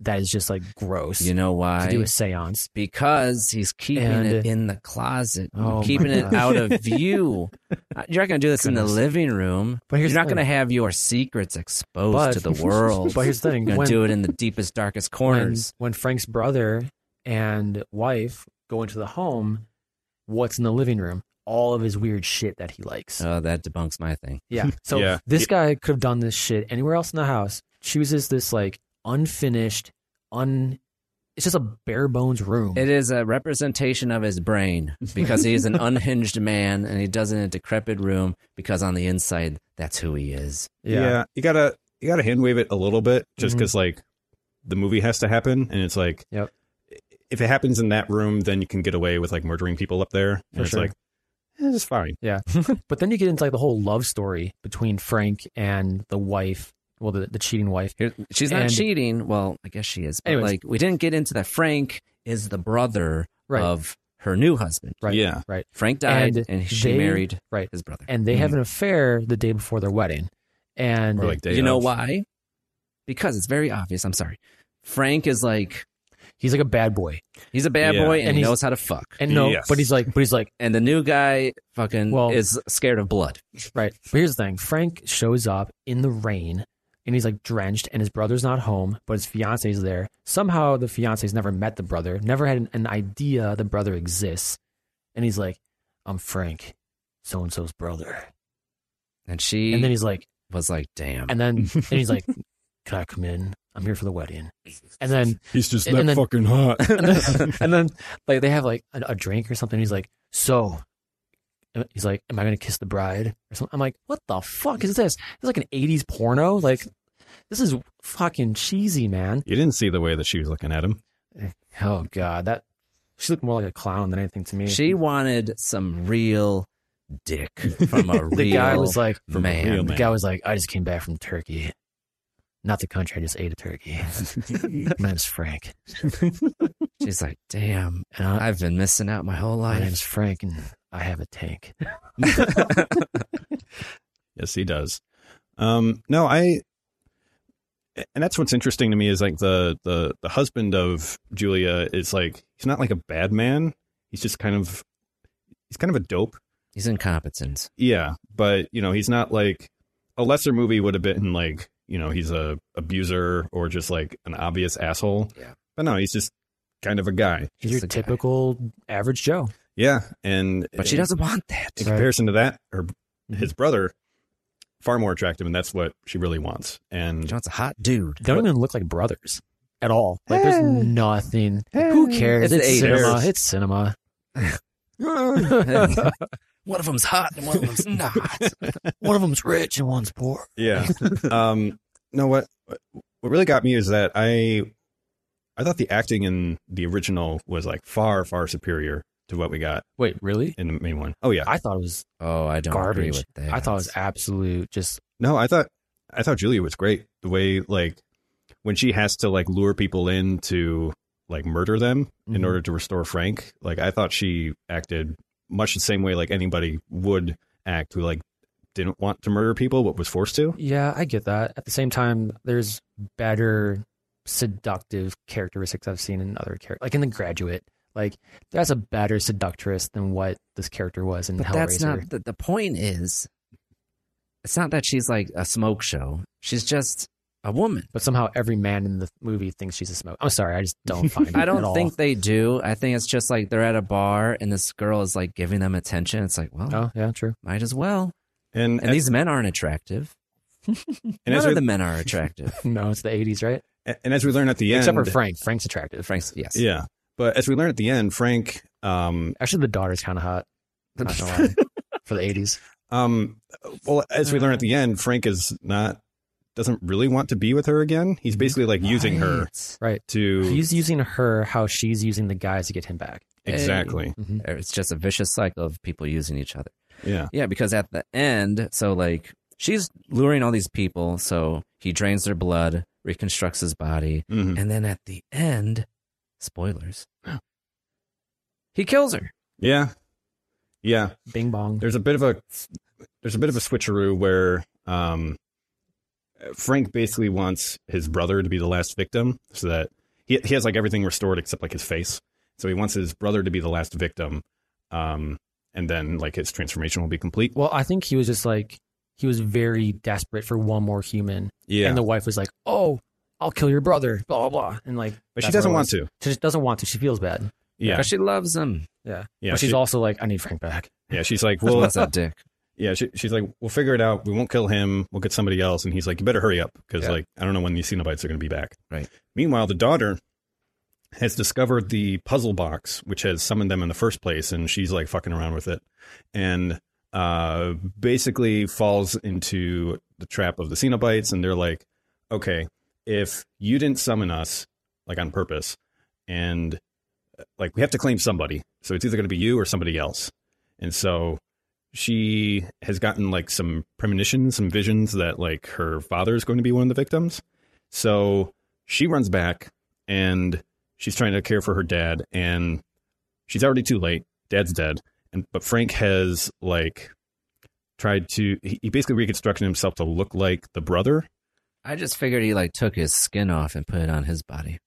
S5: that is just like gross
S3: you know why?
S5: to do a seance.
S3: because he's keeping
S5: And-
S3: it in the closet,
S5: Oh, my
S3: keeping it
S5: gosh.
S3: out of view. Uh, You're not going to do this in the
S5: Goodness.
S3: living room.
S5: But here's
S3: You're not
S5: the thing.
S3: going to have your secrets exposed
S5: But-
S3: to the world.
S5: But here's the thing:
S3: You're going
S5: when-
S3: to do it in the deepest, darkest
S5: when,
S3: corners.
S5: when Frank's brother and wife go into the home, what's in the living room? All of his weird shit that he likes.
S3: Oh, that debunks my thing.
S5: yeah. So
S4: Yeah.
S5: this
S4: It-
S5: guy could have done this shit anywhere else in the house. Chooses this like unfinished, un. It's just a bare bones room.
S3: It is a representation of his brain because he is an unhinged man and he does it in a decrepit room because on the inside, that's who he is.
S4: Yeah. you gotta you gotta hand wave it a little bit just
S5: Mhm.
S4: because like the movie has to happen, and it's like
S5: Yep.
S4: if it happens in that room, then you can get away with like murdering people up there.
S5: For
S4: And it's
S5: sure.
S4: like eh, it's fine.
S5: Yeah. but then you get into like the whole love story between Frank and the wife, well, the, the cheating wife.
S3: Here, she's not
S5: And-
S3: cheating. Well, I guess she is. But
S5: Anyways.
S3: like, we didn't get into that. Frank is the brother
S5: Right.
S3: of her new husband.
S5: Right.
S4: Yeah.
S5: Right.
S3: Frank died
S5: And
S3: and, she
S5: they-
S3: married
S5: Right.
S3: his brother. Mm-hmm.
S5: And they have an affair the day before their wedding. And
S4: Or like day
S3: you know
S4: of.
S3: why? Because it's very obvious. I'm sorry. Frank is like,
S5: he's like a bad boy.
S3: he's a bad
S4: Yeah.
S3: boy and,
S5: And
S3: he
S5: he's-
S3: knows how to fuck. And,
S5: And no,
S4: Yes.
S5: but he's like, but he's like,
S3: the new guy fucking
S5: Well-
S3: is scared of blood.
S5: right. But here's the thing Frank shows up in the rain and he's like drenched and his brother's not home, but his fiance's there. Somehow the fiance's never met the brother, never had an, an idea the brother exists. And he's like, I'm Frank, so and so's brother.
S3: And she
S5: And then he's like,
S3: was like, damn.
S5: And then, then he's like, "Can I come in? I'm here for the wedding." And then,
S4: He's just
S5: And that then-
S4: fucking hot.
S5: and then, and then, like they have like a, a drink or something. He's like, "So," he's like, "Am I gonna kiss the bride?" Or something. I'm like, "What the fuck is this? It's like an '80s porno. Like, this is fucking cheesy, man."
S4: you didn't see the way that she was looking at him.
S5: Oh god, that she looked more like a clown than anything to me.
S3: she wanted some real dick from a
S5: the
S3: real
S5: guy was like,
S4: from a
S3: man.
S4: real
S5: the
S4: man.
S5: guy was like, "I just came back from Turkey." Not the country. I just ate a turkey. My name's Frank.
S3: She's like, damn.
S5: And I,
S3: I've been missing out my whole
S5: My
S3: life.
S5: name's Frank, and I have a tank.
S4: Yes, he does. Um, no, I, and that's what's interesting to me is like the the the husband of Julia is like he's not like a bad man. He's just kind of he's kind of a dope.
S3: He's incompetent.
S4: Yeah, but you know he's not like a lesser movie would have been like you know he's a abuser or just like an obvious asshole.
S3: Yeah.
S4: but no, he's just kind of a guy.
S3: Just
S5: He's your
S3: a guy.
S5: typical average Joe.
S4: Yeah, and
S3: But she doesn't want that.
S4: in
S5: Right.
S4: comparison to that, her
S5: Mm-hmm.
S4: his brother far more attractive, and that's what she really wants. And
S3: She wants a hot dude.
S5: They don't even look like brothers at all. Like there's nothing. Like, who cares?
S3: It's
S5: It's,
S3: the
S5: cinema.
S3: 80s.
S5: It's cinema.
S3: one of them's hot and one of them's not.
S5: One of them's rich and one's poor.
S4: Yeah. um no what what really got me is that I I thought the acting in the original was like far far superior to what we got
S5: Wait, really?
S4: in the main one. Oh yeah,
S5: I thought it was
S3: Oh, I don't agree
S5: garbage.
S3: with that.
S5: I thought it was absolute just
S4: No, I thought I thought Julia was great. The way like when she has to like lure people in to like murder them in
S5: Mhm.
S4: order to restore Frank, like I thought she acted much the same way like anybody would act who like didn't want to murder people but was forced to.
S5: Yeah, I get that. At the same time, there's better seductive characteristics I've seen in other characters, like in The Graduate. Like that's a better seductress than what this character was in
S3: But
S5: Hellraiser.
S3: that's not the, the point. Is it's not that she's like a smoke show. She's just a woman.
S5: but somehow every man in the movie thinks she's a smoke. I'm sorry, I just don't find. it
S3: I
S5: at
S3: don't
S5: all.
S3: think they do. I think it's just like they're at a bar and this girl is like giving them attention. It's like, well,
S5: Oh yeah, true.
S3: might as well.
S4: And
S3: And these men aren't attractive.
S4: and
S3: None
S4: as
S3: of
S4: we,
S3: the men are attractive.
S5: No, it's the '80s, right?
S4: and as we learn at the end
S5: Except for Frank. Frank's attractive.
S3: Frank's yes.
S4: Yeah. But as we learn at the end, Frank um
S5: Actually, the daughter's kind of hot. Not gonna lie. For the '80s,
S4: um well as we learn at the end, Frank is not doesn't really want to be with her again. He's basically like using her
S3: Right.
S5: right?
S4: to
S5: He's using her how she's using the guys to get him back.
S4: exactly.
S5: Mhm.
S3: It's just a vicious cycle of people using each other.
S4: Yeah.
S3: Yeah, because at the end, so like she's luring all these people, so he drains their blood, reconstructs his body,
S5: Mm-hmm.
S4: Mhm.
S3: and then at the end, spoilers, he kills her.
S4: Yeah. Yeah.
S5: Bing bong.
S4: There's a bit of a there's a bit of a switcheroo where um Frank basically wants his brother to be the last victim so that he he has like everything restored except like his face. So he wants his brother to be the last victim. Um and then like his transformation will be complete.
S5: Well, I think he was just like he was very desperate for one more human,
S4: Yeah.
S5: and the wife was like, "Oh, I'll kill your brother," blah blah, blah. and like,
S4: but she
S5: that's
S4: doesn't
S5: what it
S4: want
S5: was.
S4: to.
S5: She just doesn't want to. She feels bad.
S4: Yeah.
S3: Because she loves him.
S5: Yeah,
S4: Yeah,
S5: But she's
S4: she-
S5: also like, "I need Frank back."
S4: Yeah. She's like,
S3: Well,
S4: well,
S3: that's a dick.
S4: yeah. She, she's like, we'll figure it out. We won't kill him. We'll get somebody else. And he's like, you better hurry up because
S5: Yeah.
S4: like I don't know when these Cenobites are going to be back.
S3: Right.
S4: Meanwhile, the daughter has discovered the puzzle box, which has summoned them in the first place, and she's like fucking around with it, and uh, basically falls into the trap of the Cenobites, and they're like, okay, if you didn't summon us like on purpose, and uh, like we have to claim somebody, so it's either going to be you or somebody else, and so she has gotten like some premonitions, some visions that like her father is going to be one of the victims, so she runs back and she's trying to care for her dad and she's already too late. Dad's dead. And but Frank has like tried to he, he basically reconstructed himself to look like the brother.
S3: I just figured he like took his skin off and put it on his body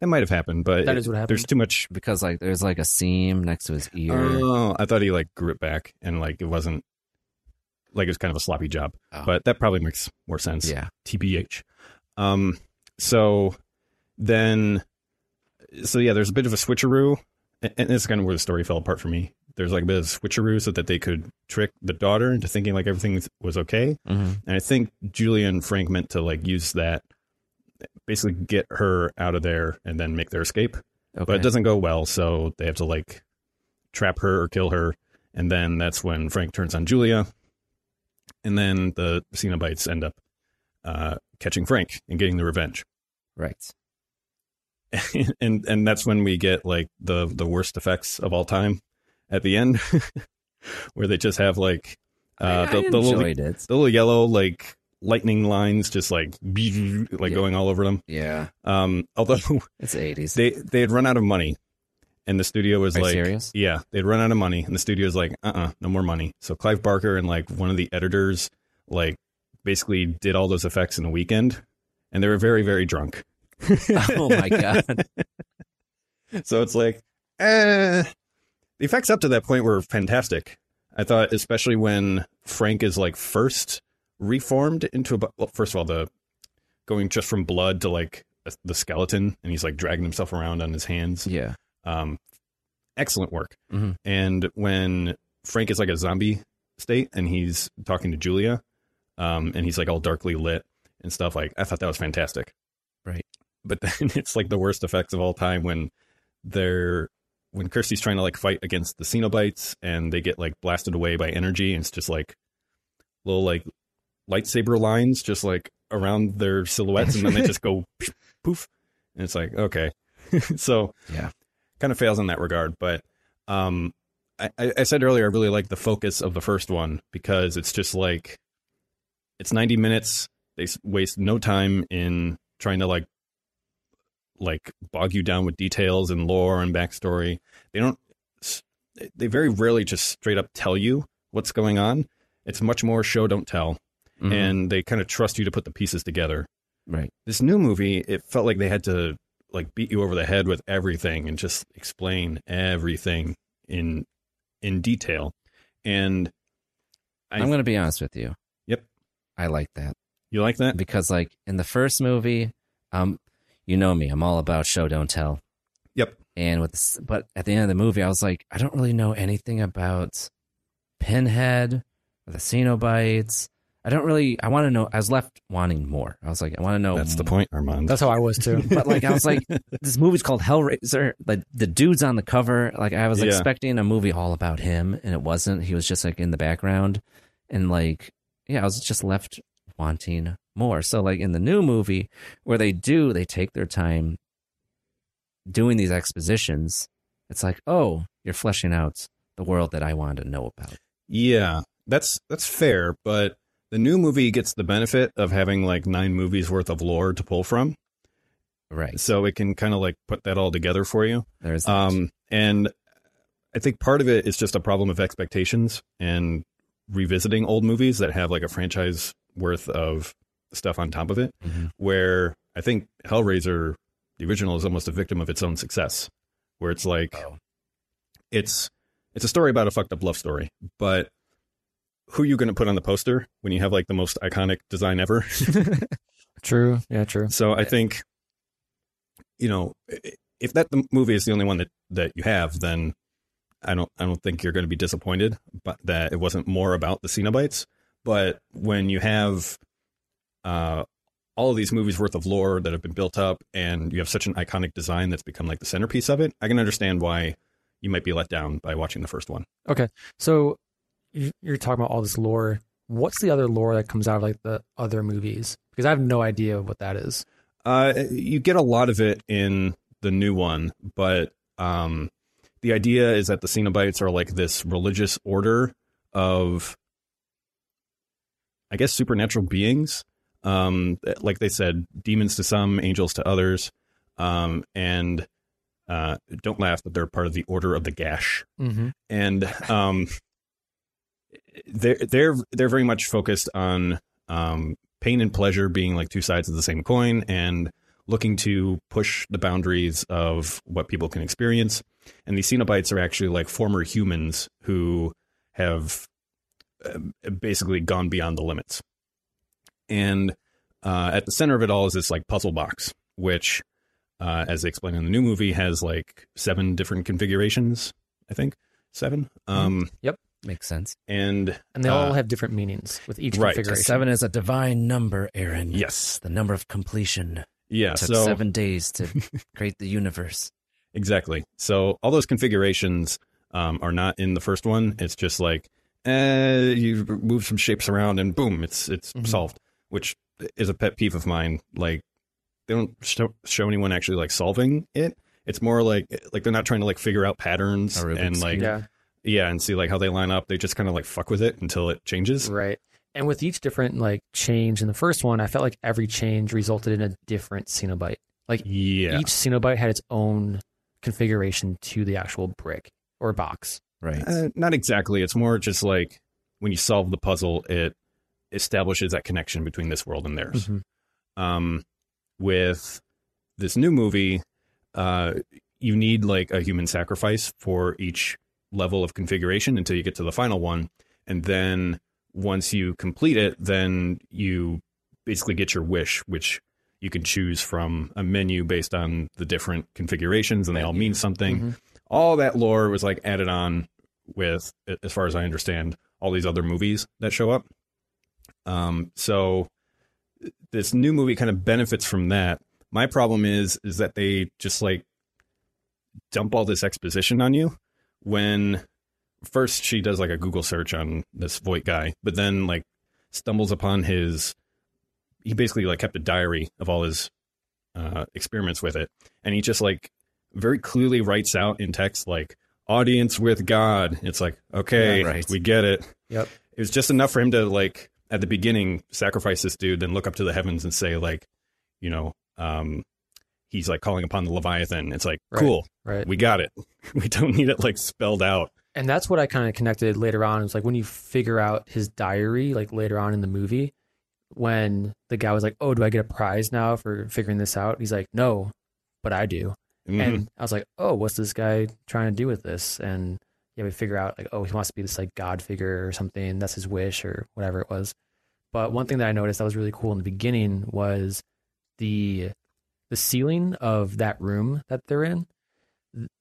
S4: That might have happened, but
S5: That is what happened.
S4: There's too much
S3: because like there's like a seam next to his ear.
S4: Oh, I thought he like grew it back and like it wasn't like it was kind of a sloppy job.
S3: Oh.
S4: But that probably makes more sense.
S3: yeah.
S4: TBH. Um, so then, so yeah, there's a bit of a switcheroo, and, and this is kind of where the story fell apart for me. There's like a bit of switcheroo so that they could trick the daughter into thinking like everything was okay,
S3: hmm
S4: and I think Julia and Frank meant to like use that, basically get her out of there and then make their escape,
S3: Okay.
S4: but it doesn't go well, so they have to like trap her or kill her, and then that's when Frank turns on Julia, and then the Cenobites end up uh, catching Frank and getting the revenge,
S3: Right.
S4: and and that's when we get like the the worst effects of all time at the end, where they just have like uh,
S3: I,
S4: the,
S3: I
S4: the little
S3: enjoyed it.
S4: the little yellow like lightning lines just like like
S3: Yeah.
S4: going all over them.
S3: Yeah.
S4: Um, although
S3: It's the 80s.
S4: they they had run out of money and the studio was
S3: Are you
S4: like
S3: serious?
S4: yeah they'd run out of money and the studio was like uh-uh no more money so clive barker and like one of the editors like basically did all those effects in a weekend and they were very very drunk
S3: oh my god.
S4: so it's like eh. the effects up to that point were fantastic i thought especially when frank is like first reformed into a bu- well, first of all the going just from blood to like a- the skeleton and he's like dragging himself around on his hands
S3: Yeah.
S4: um, excellent work.
S3: Mhm.
S4: And when Frank is like a zombie state and he's talking to Julia, um, and he's like all darkly lit and stuff, like I thought that was fantastic.
S3: Right.
S4: But then it's like the worst effects of all time when they're when Kirsty's trying to like fight against the Cenobites and they get like blasted away by energy and it's just like little like lightsaber lines just like around their silhouettes and then they just go poof and it's like okay so
S3: Yeah.
S4: kind of fails in that regard. But Um, I, I I said earlier I really like the focus of the first one because it's just like it's 90 minutes. They s- waste no time in trying to like like bog you down with details and lore and backstory. They don't. s- They very rarely just straight up tell you what's going on. It's much more show don't tell,
S3: Mhm.
S4: and they kind of trust you to put the pieces together
S3: right.
S4: this new movie it felt like they had to like beat you over the head with everything and just explain everything in in detail and I-
S3: I, am going to be honest with you.
S4: Yep.
S3: I like that
S4: you like that
S3: because, like, in the first movie, um, you know me, I'm all about show don't tell.
S4: yep
S3: And with this, but at the end of the movie, I was like, I don't really know anything about Pinhead or the Cenobites. I don't really. I want to know. I was left wanting more. I was like, I want to know.
S4: that's the point armand
S5: That's how I was too.
S3: But like, I was like, this movie's called Hellraiser. Like the dude's on the cover. Like I was
S4: Yeah.
S3: expecting a movie all about him, and it wasn't. He was just like in the background, and like yeah, I was just left wanting more. So like in the new movie, where they do, they take their time doing these expositions. It's like, oh, you're fleshing out the world that I wanted to know about.
S4: yeah that's that's fair but the new movie gets the benefit of having like nine movies worth of lore to pull from
S3: Right.
S4: so it can kind of like put that all together for you
S3: There's that.
S4: Um, and I think part of it is just a problem of expectations and revisiting old movies that have like a franchise worth of stuff on top of it.
S3: Mhm.
S4: Where I think Hellraiser, the original, is almost a victim of its own success, where it's like
S3: Oh.
S4: it's it's a story about a fucked up love story, but who are you going to put on the poster when you have like the most iconic design ever?
S5: true. Yeah, true.
S4: So I think, you know, i- if that the movie is the only one that that you have, then I don't I don't think you're going to be disappointed. But that it wasn't more about the Cenobites. But when you have uh, all of these movies worth of lore that have been built up, and you have such an iconic design that's become like the centerpiece of it, I can understand why you might be let down by watching the first one.
S5: So you- you're talking about all this lore. What's the other lore that comes out of like the other movies? Because I have no idea what that is.
S4: Uh, you get a lot of it in the new one, but um, the idea is that the Cenobites are like this religious order of, I guess, supernatural beings. Um, that- like they said, demons to some, angels to others, um, and uh, don't laugh, but they're part of the Order of the Gash
S5: Mm-hmm.
S4: and um, they're they're they're very much focused on um, pain and pleasure being like two sides of the same coin, and looking to push the boundaries of what people can experience. And the Cenobites are actually like former humans who have uh, basically gone beyond the limits. And uh, at the center of it all is this like puzzle box, which, uh, as they explain in the new movie, has like seven different configurations. I think seven.
S3: Mm-hmm.
S4: Um,
S5: Yep.
S3: Makes sense.
S4: and
S5: And they
S4: uh,
S5: all have different meanings with each
S4: right.
S5: configuration.
S3: Seven is a divine number, Aaron.
S4: Yes.
S3: The number of completion.
S4: yeah.
S3: It took
S4: So
S3: seven days to create the universe.
S4: exactly. So all those configurations um, are not in the first one. It's just like eh, you move some shapes around and boom, it's it's
S3: Mm-hmm.
S5: Mhm.
S4: solved, which is a pet peeve of mine. Like they don't show, show anyone actually like solving it. It's more like eh, like they're not trying to like figure out patterns
S3: A Rubik's
S4: and like
S3: Cube.
S5: yeah,
S4: yeah and see like how they line up. They just kind of like fuck with it until it changes.
S5: right. And with each different like change in the first one, I felt like every change resulted in a different Cenobite. Like
S4: Yeah.
S5: each Cenobite had its own configuration to the actual brick or box.
S3: Right.
S4: Uh, not exactly. It's more just like when you solve the puzzle, it establishes that connection between this world and theirs.
S5: Mhm.
S4: Um, with this new movie, uh, you need like a human sacrifice for each level of configuration until you get to the final one, and then once you complete it, then you basically get your wish, which you can choose from a menu based on the different configurations, and they all mean something
S5: Mhm.
S4: all that lore was like added on with as far as i understand all these other movies that show up um so this new movie kind of benefits from that my problem is is that they just like dump all this exposition on you when first she does like a google search on this voight guy but then like stumbles upon his he basically like kept a diary of all his uh experiments with it and he just like very clearly writes out in text like audience with God. It's like, okay,
S3: Yeah, right.
S4: we get it.
S5: Yep.
S4: It was just enough for him to like at the beginning sacrifice this dude, then look up to the heavens and say like, you know, um, he's like calling upon the Leviathan. It's like,
S5: Right.
S4: cool,
S5: Right.
S4: we got it. we don't need it like spelled out.
S5: and that's what I kind of connected later on. It's like when you figure out his diary, like later on in the movie, when the guy was like, "Oh, do I get a prize now for figuring this out?" He's like, "No, but I do."
S6: Mm-hmm.
S4: Mhm.
S5: And I was like, "Oh, what's this guy trying to do with this?" And yeah, we figure out like, "Oh, he wants to be this like god figure or something. That's his wish or whatever it was." But one thing that I noticed that was really cool in the beginning was the the ceiling of that room that they're in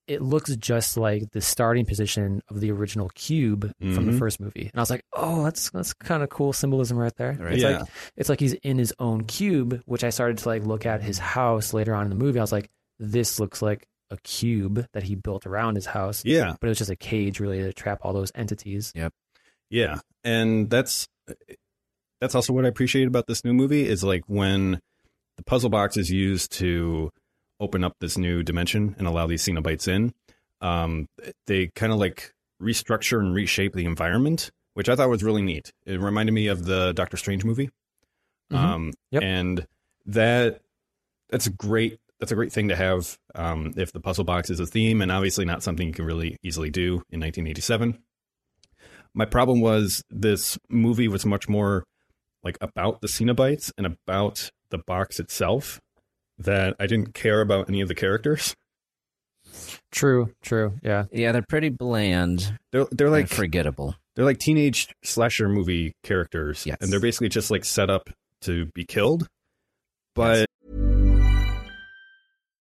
S5: it looks just like the starting position of the original cube from the
S4: Mhm.
S5: first movie. And I was like, oh, that's that's kind of cool symbolism right there.
S3: Right.
S5: It's
S4: Yeah.
S5: like it's like he's in his own cube, which I started to like look at his house later on in the movie. I was like, this looks like a cube that he built around his house.
S4: yeah,
S5: But it was just a cage really to trap all those entities.
S4: Yeah, and that's that's also what I appreciate about this new movie is like when the puzzle box is used to open up this new dimension and allow these xenobites in. Um, they kind of like restructure and reshape the environment, which I thought was really neat. It reminded me of the Doctor Strange movie.
S5: Mhm.
S4: Um,
S5: Yep.
S4: and that that's a great that's a great thing to have um, if the puzzle box is a theme and obviously not something you can really easily do in 1987 my problem was this movie was much more like about the Cenobites and about the box itself that I didn't care about any of the characters.
S5: True, true. Yeah.
S3: Yeah, they're pretty bland
S4: They're they're
S3: like,
S4: like
S3: and forgettable.
S4: they're like teenage slasher movie characters,
S3: Yes.
S4: and they're basically just like set up to be killed. But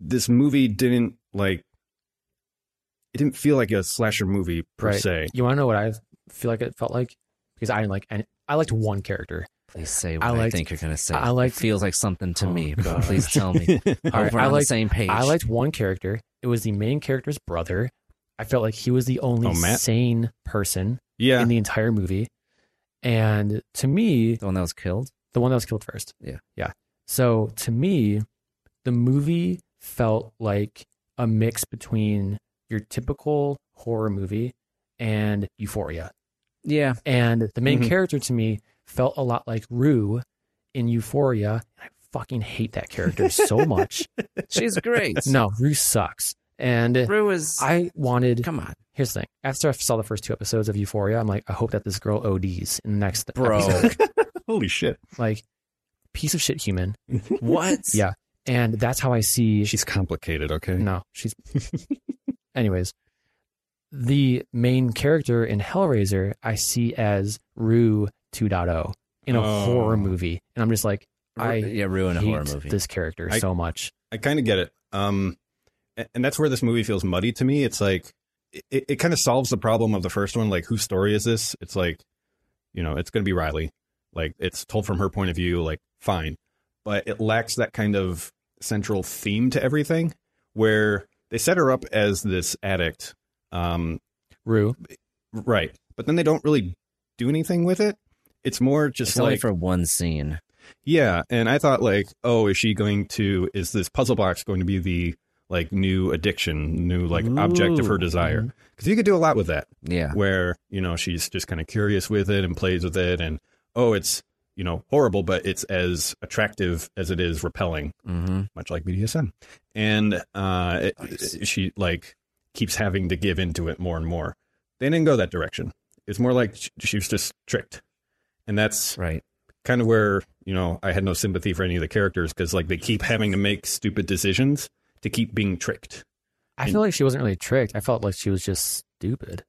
S4: this movie didn't like it didn't feel like a slasher movie per
S5: right.
S4: se.
S5: You wanna know what I feel like it felt like? Because I didn't like any I liked one character.
S3: Please say what
S5: I
S3: I,
S5: liked-
S3: think you're going to say.
S5: I liked-
S3: it feels like something to
S5: Oh,
S3: me, but
S5: God.
S3: please tell me.
S5: All right,
S3: We're
S5: I
S3: on the
S5: liked,
S3: same page.
S5: I liked one character. It was the main character's brother. I felt like he was the only
S4: Oh, Matt?
S5: sane person
S4: Yeah,
S5: in the entire movie. And to me,
S3: the one that was killed.
S5: the one that was killed first.
S3: Yeah.
S5: Yeah. So to me, the movie felt like a mix between your typical horror movie and Euphoria.
S3: Yeah,
S5: And the main
S3: Mm-hmm.
S4: Mhm.
S5: character to me felt a lot like Rue in Euphoria. I fucking hate that character so much.
S3: she's great.
S5: No, Rue sucks. And
S3: Rue is.
S5: I wanted.
S3: come on,
S5: Here's the thing. After I saw the first two episodes of Euphoria, I'm like, I hope that this girl ODs in the next
S3: bro.
S5: episode.
S4: holy shit,
S5: like, piece of shit human.
S3: what?
S5: Yeah. And that's how I see.
S4: she's complicated. Okay,
S5: no, she's. Anyways, the main character in Hellraiser, I see as Rue 2.0 in a
S4: Oh.
S5: horror movie, and I'm just like,
S3: Ru-
S5: I
S3: yeah, Rue in a
S5: hate
S3: horror movie.
S5: this character
S4: I-
S5: so much.
S4: I kind of get it. Um, a- and that's where this movie feels muddy to me. It's like it, it kind of solves the problem of the first one. Like, whose story is this? It's like, you know, it's going to be Riley. Like, it's told from her point of view. Like, fine, but it lacks that kind of central theme to everything. Where they set her up as this addict, um,
S5: Rue,
S4: right? But then they don't really do anything with it. It's more just
S3: it's
S4: like
S3: only for one scene.
S4: yeah, and I thought like, oh, is she going to? Is this puzzle box going to be the like new addiction, new like object of her
S3: Ooh. Mm-hmm.
S4: desire? Because you could do a lot with that,
S3: Yeah,
S4: where you know she's just kind of curious with it and plays with it, and oh, it's you know, horrible, but it's as attractive as it is repelling,
S3: Mm-hmm.
S4: much like BDSM. And uh, it-
S3: Nice.
S4: it- she like keeps having to give into it more and more. They didn't go that direction. It's more like she, she was just tricked, and that's
S3: Right.
S4: kind of where you know I had no sympathy for any of the characters because like they keep having to make stupid decisions to keep being tricked.
S5: I feel like she wasn't really tricked. I felt like she was just stupid.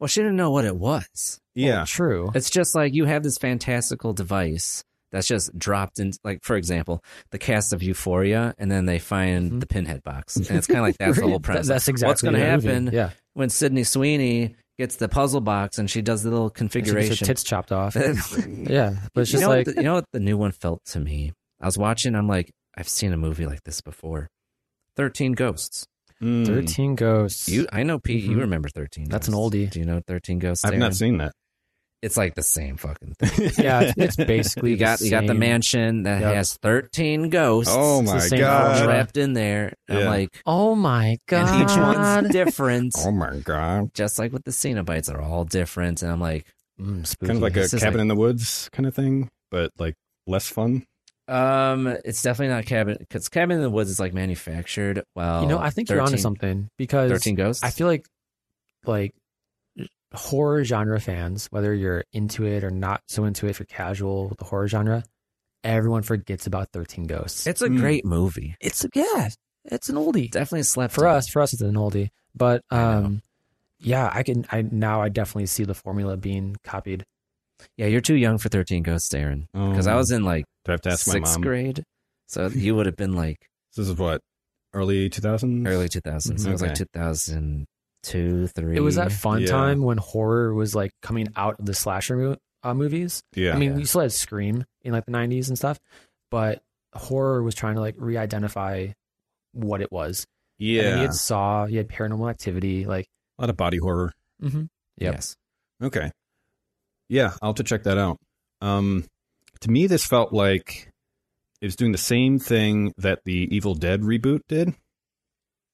S3: Well, she didn't know what it was.
S5: Well, true.
S3: It's just like you have this fantastical device that's just dropped in, like, for example, the cast of Euphoria, and then they find the pinhead box. And it's kind of like that's the whole
S5: Right.
S3: premise.
S5: Mm-hmm. That's exactly
S3: What's going to
S5: the movie.
S3: happen
S5: Yeah.
S3: when Sydney Sweeney gets the puzzle box and she does the little
S5: She gets her
S3: configuration.
S5: tits chopped off. yeah, but it's
S3: you
S5: just
S3: know,
S5: like
S3: what the, you know what the new one felt to me? I was watching, I'm like, I've seen a movie like this before. 13 Ghosts.
S4: Mm.
S5: thirteen ghosts.
S3: You, I know, Pete, you
S5: Mhm.
S3: remember 13
S5: That's an
S3: Ghosts.
S5: oldie.
S3: Do you know 13 Ghosts?
S4: I've
S3: Darren?
S4: not seen that.
S3: It's like the same fucking thing.
S5: yeah, it's, it's basically
S3: you got
S5: the
S3: you got the
S5: same.
S3: mansion that
S5: Yep.
S3: has 13 ghosts
S4: Oh
S5: It's the
S4: my
S5: same
S4: god!
S5: formula.
S3: trapped in there And i'm
S4: Yeah.
S3: like
S5: Oh my god!
S3: and each one's different
S4: Oh my god!
S3: just like with the cenobites they're all different and i'm like
S5: Mm, spooky.
S4: Kind of like a
S3: This is
S4: cabin in the woods kind of thing, but like less fun.
S3: um it's definitely not cabin because cabin in the woods is like manufactured well
S5: you know, I think you're onto something because
S3: 13 ghosts
S5: I feel like like horror genre fans, whether you're into it or not so into it, if you're casual with the horror genre, everyone forgets about Thirteen Ghosts.
S3: it's a
S4: Mm.
S3: great movie
S5: it's yeah, it's an oldie
S3: definitely slept
S5: for
S3: on.
S5: us. For us, it's an oldie, but
S3: I know.
S5: um, yeah, I can. I now I definitely see the formula being copied.
S3: yeah you're too young for 13 ghosts aaron because i
S4: Oh.
S3: was in like
S4: Do I have to ask my
S3: sixth
S4: mom?
S3: grade so you would have been like
S4: This is what early 2000s.
S3: early 2000s it was like
S4: Okay.
S3: 2002 3
S5: It was that fun
S4: Yeah.
S5: time when horror was like coming out of the slasher mo- uh, movies.
S4: Yeah.
S5: I mean,
S3: Yeah.
S5: you still had Scream in like the '90s and stuff, but horror was trying to like re-identify what it was. And then
S4: yeah.
S5: you had Saw, you had Paranormal Activity, like
S4: a lot of body horror.
S5: Yep.
S3: Mm-hmm. yes
S4: Okay. Yeah, I'll have to check that out. Um, to me, this felt like it was doing the same thing that the Evil Dead reboot did.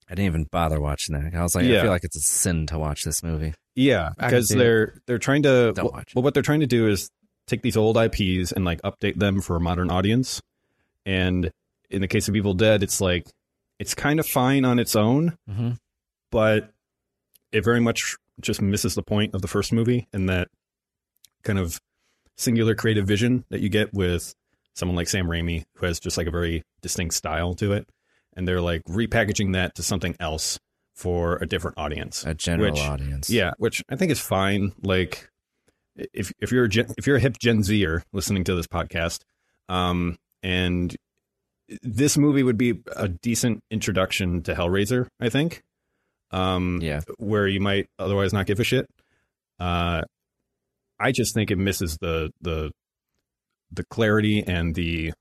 S3: I didn't even bother watching that. I was like, I
S4: Yeah.
S3: feel like it's a sin to watch this movie.
S4: Yeah,
S5: I can
S4: because
S5: see it.
S4: they're they're trying to.
S3: Don't
S4: well,
S3: watch it.
S4: well, what they're trying to do is take these old IPs and like update them for a modern audience. And in the case of Evil Dead, it's like it's kind of fine on its own,
S3: Mhm.
S4: but it very much just misses the point of the first movie and that kind of singular creative vision that you get with someone like Sam Raimi, who has just like a very distinct style to it. And they're like repackaging that to something else for a different audience.
S3: A general
S4: Which-
S3: audience.
S4: Yeah, which I think is fine. Like, if if you're a gen, if you're a hip Gen Zer listening to this podcast, um, and this movie would be a decent introduction to Hellraiser, I think. Um,
S3: Yeah.
S4: where you might otherwise not give a shit. Uh, I just think it misses the the the clarity and the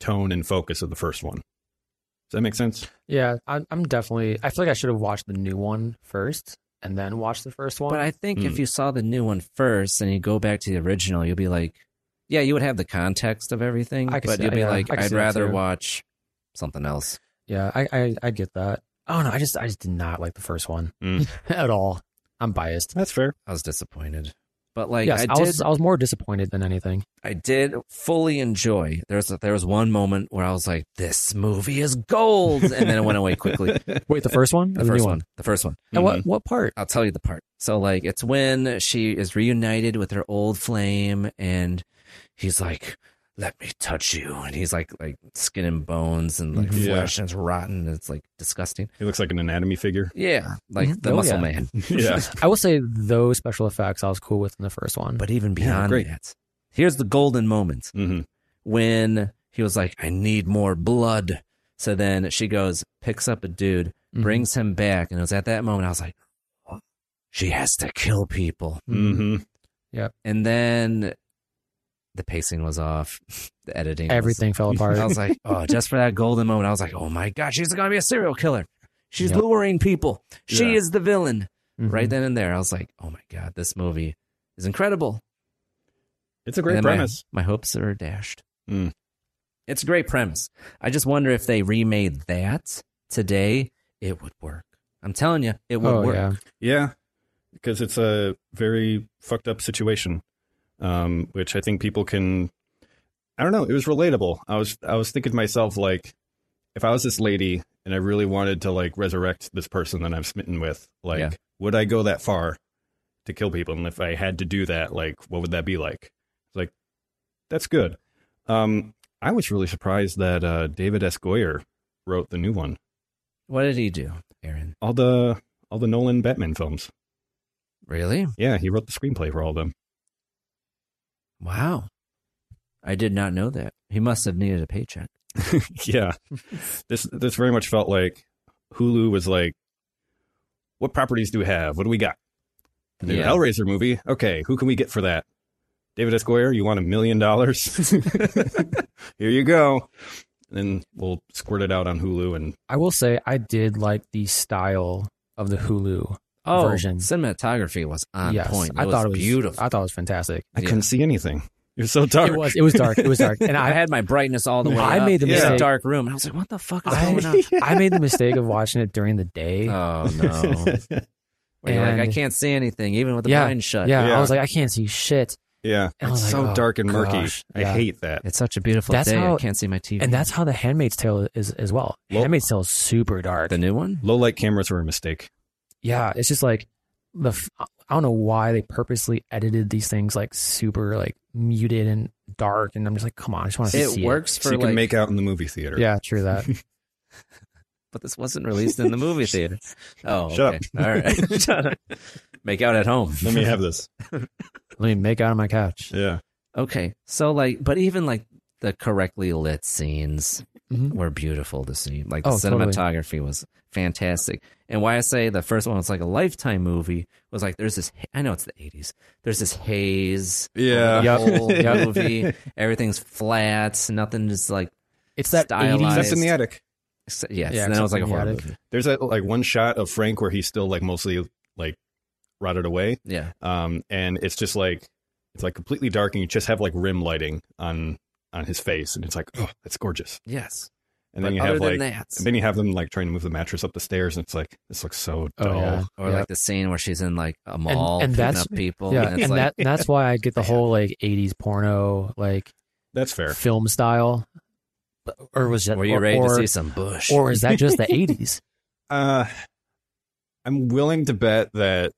S4: tone and focus of the first one. Does that make sense?
S5: yeah, I'm, I'm definitely. I feel like I should have watched the new one first and then watched the first one.
S3: But I think
S5: Hmm.
S3: if you saw the new one first and you go back to the original, you'll be like, yeah, you would have the context of everything,
S5: I could
S3: but
S5: see
S3: you'll
S5: that,
S3: be
S5: yeah.
S3: like,
S5: I could see
S3: I'd
S5: that
S3: rather
S5: too.
S3: watch something else.
S5: yeah, I, I I get that. Oh no, I just I just did not like the first one
S4: Mm.
S5: at all. I'm biased.
S4: That's fair.
S3: I was disappointed. But like,
S5: yes,
S3: I
S5: I,
S3: did,
S5: was I was more disappointed than anything.
S3: I did fully enjoy. There was, there was one moment where I was like, this movie is gold. And then it went away quickly.
S5: Wait, the first one,
S3: The
S5: or
S3: first
S5: new
S3: one. The first one.
S5: And what what part?
S3: I'll tell you the part. So like it's when she is reunited with her old flame and he's like, Let me touch you and he's like like skin and bones and like
S4: Mhm. Yeah.
S3: flesh and it's rotten and it's like disgusting.
S4: He looks like an anatomy figure.
S3: Yeah. Like
S5: Mhm.
S3: the
S5: Oh,
S3: muscle
S5: yeah.
S3: man.
S4: Yeah.
S5: I will say those special effects I was cool with in the first one.
S3: But even beyond
S4: great.
S3: that, here's the golden moment
S4: hmm
S3: when he was like, I need more blood. So then she goes, picks up a dude,
S5: Mhm.
S3: brings him back, and it was at that moment I was like, She has to kill people.
S4: hmm
S3: and then the pacing was off, the editing, was-
S5: everything fell apart.
S3: I was like, oh, just for that golden moment, I was like, oh my god, she's gonna be a serial killer. She's
S5: Yep.
S3: luring people. She
S4: Yeah.
S3: is the villain.
S5: Mhm.
S3: Right then and there, I was like, oh my god, this movie is incredible.
S4: It's a
S3: And
S4: great
S3: then my-
S4: premise.
S3: My, hopes are dashed.
S4: Mm.
S3: It's a great premise. I just wonder if they remade that today, it would work. I'm telling you, it would
S5: Oh
S3: work.
S5: yeah.
S4: Yeah, because it's a very fucked up situation, um, which I think people can I don't know. It was relatable. I was I was thinking to myself like, if I was this lady and I really wanted to like resurrect this person that I'm smitten with, like,
S3: Yeah.
S4: would I go that far to kill people? And if I had to do that, like, what would that be like? It's like, that's good. Um, I was really surprised that uh, David S. Goyer wrote the new one.
S3: What did he do, Aaron?
S4: All the all the Nolan Batman films.
S3: Really?
S4: Yeah, he wrote the screenplay for all of them.
S3: Wow. I did not know that. He must have needed a paycheck.
S4: yeah. This this very much felt like Hulu was like, what properties do we have? What do we got? The
S3: Yeah.
S4: Hellraiser movie. Okay, who can we get for that? David S. Goyer, you want a million dollars? Here you go. And we'll squirt it out on Hulu and
S5: I will say I did like the style of the Hulu
S3: Oh,
S5: version.
S3: cinematography was on
S5: yes,
S3: point.
S5: I thought it was
S3: beautiful.
S5: I thought it was fantastic.
S4: I
S3: Yeah.
S4: couldn't see anything. It was so dark.
S5: It was it was dark. It was dark. And
S3: I
S5: I
S3: had my brightness all the way.
S5: I
S3: up.
S5: made the
S3: It was a
S5: mistake-
S3: dark room. And I was like, "What the fuck is going on?"
S5: I, I made the mistake of watching it during the day.
S3: Oh no! Where you're like, I
S5: And-
S3: can't see anything, even with the
S5: yeah,
S3: blind shut.
S5: Yeah,
S4: Yeah.
S5: I was like, I can't see shit.
S4: yeah.
S5: I
S4: It's
S5: was
S4: so
S5: like, oh,
S4: dark and murky.
S5: gosh.
S4: I
S5: Yeah.
S4: hate that.
S3: It's such a beautiful
S5: That's
S3: day. I
S5: how-
S3: can't see my TV.
S5: And that's how the Handmaid's Tale is as well.
S4: Well-
S5: Handmaid's Tale is super dark.
S3: the new one.
S4: Low light cameras were a mistake.
S5: yeah, it's just like the f- I don't know why they purposely edited these things like super like muted and dark. And I'm just like, come on, I just want to
S3: It
S5: see
S3: works
S4: So
S3: for
S4: you
S3: like,
S4: can make out in the movie theater.
S5: It. Yeah, true that.
S3: but this wasn't released in the movie theater. Oh,
S4: Shut
S3: okay. All right, Shut up. make out at home.
S4: Let me have this.
S5: Let me make out on my couch.
S4: Yeah.
S3: Okay, so like, but even like the correctly lit scenes
S5: Mhm.
S3: were beautiful to see. Like
S5: Oh,
S3: the
S5: totally.
S3: cinematography was fantastic. And why I say the first one was like a lifetime movie was like there's this. I know it's the '80s. There's this haze.
S4: Yeah.
S3: over The whole
S4: Yep.
S3: movie. Everything's flat. Nothing is like.
S5: It's that
S3: Stylized.
S5: 80s.
S4: That's in the attic.
S3: Yes, yeah,
S5: Yeah,
S3: and then it was like a
S5: except
S3: horror
S5: for the
S3: movie.
S4: There's that like one shot of Frank where he's still like mostly like rotted away.
S3: Yeah.
S4: Um, and it's just like it's like completely dark and you just have like rim lighting on on his face and it's like, oh, that's gorgeous.
S3: Yes.
S4: And
S3: But
S4: then you
S3: other
S4: have
S3: than
S4: like
S3: that-
S4: and then you have them like trying to move the mattress up the stairs and it's like this looks so
S3: Oh,
S4: dull.
S5: yeah.
S3: Or
S5: Yeah.
S3: like the scene where she's in like a mall
S5: and
S3: picking
S5: that's-
S3: up people.
S5: yeah,
S3: and
S5: and,
S3: it's like,
S5: that that's why I get the whole like '80s porno like
S4: That's fair.
S5: film style, But- or was that
S3: were you
S5: or,
S3: ready to
S5: or-
S3: see some bush?
S5: or is that just the '80s?
S4: Uh I'm willing to bet that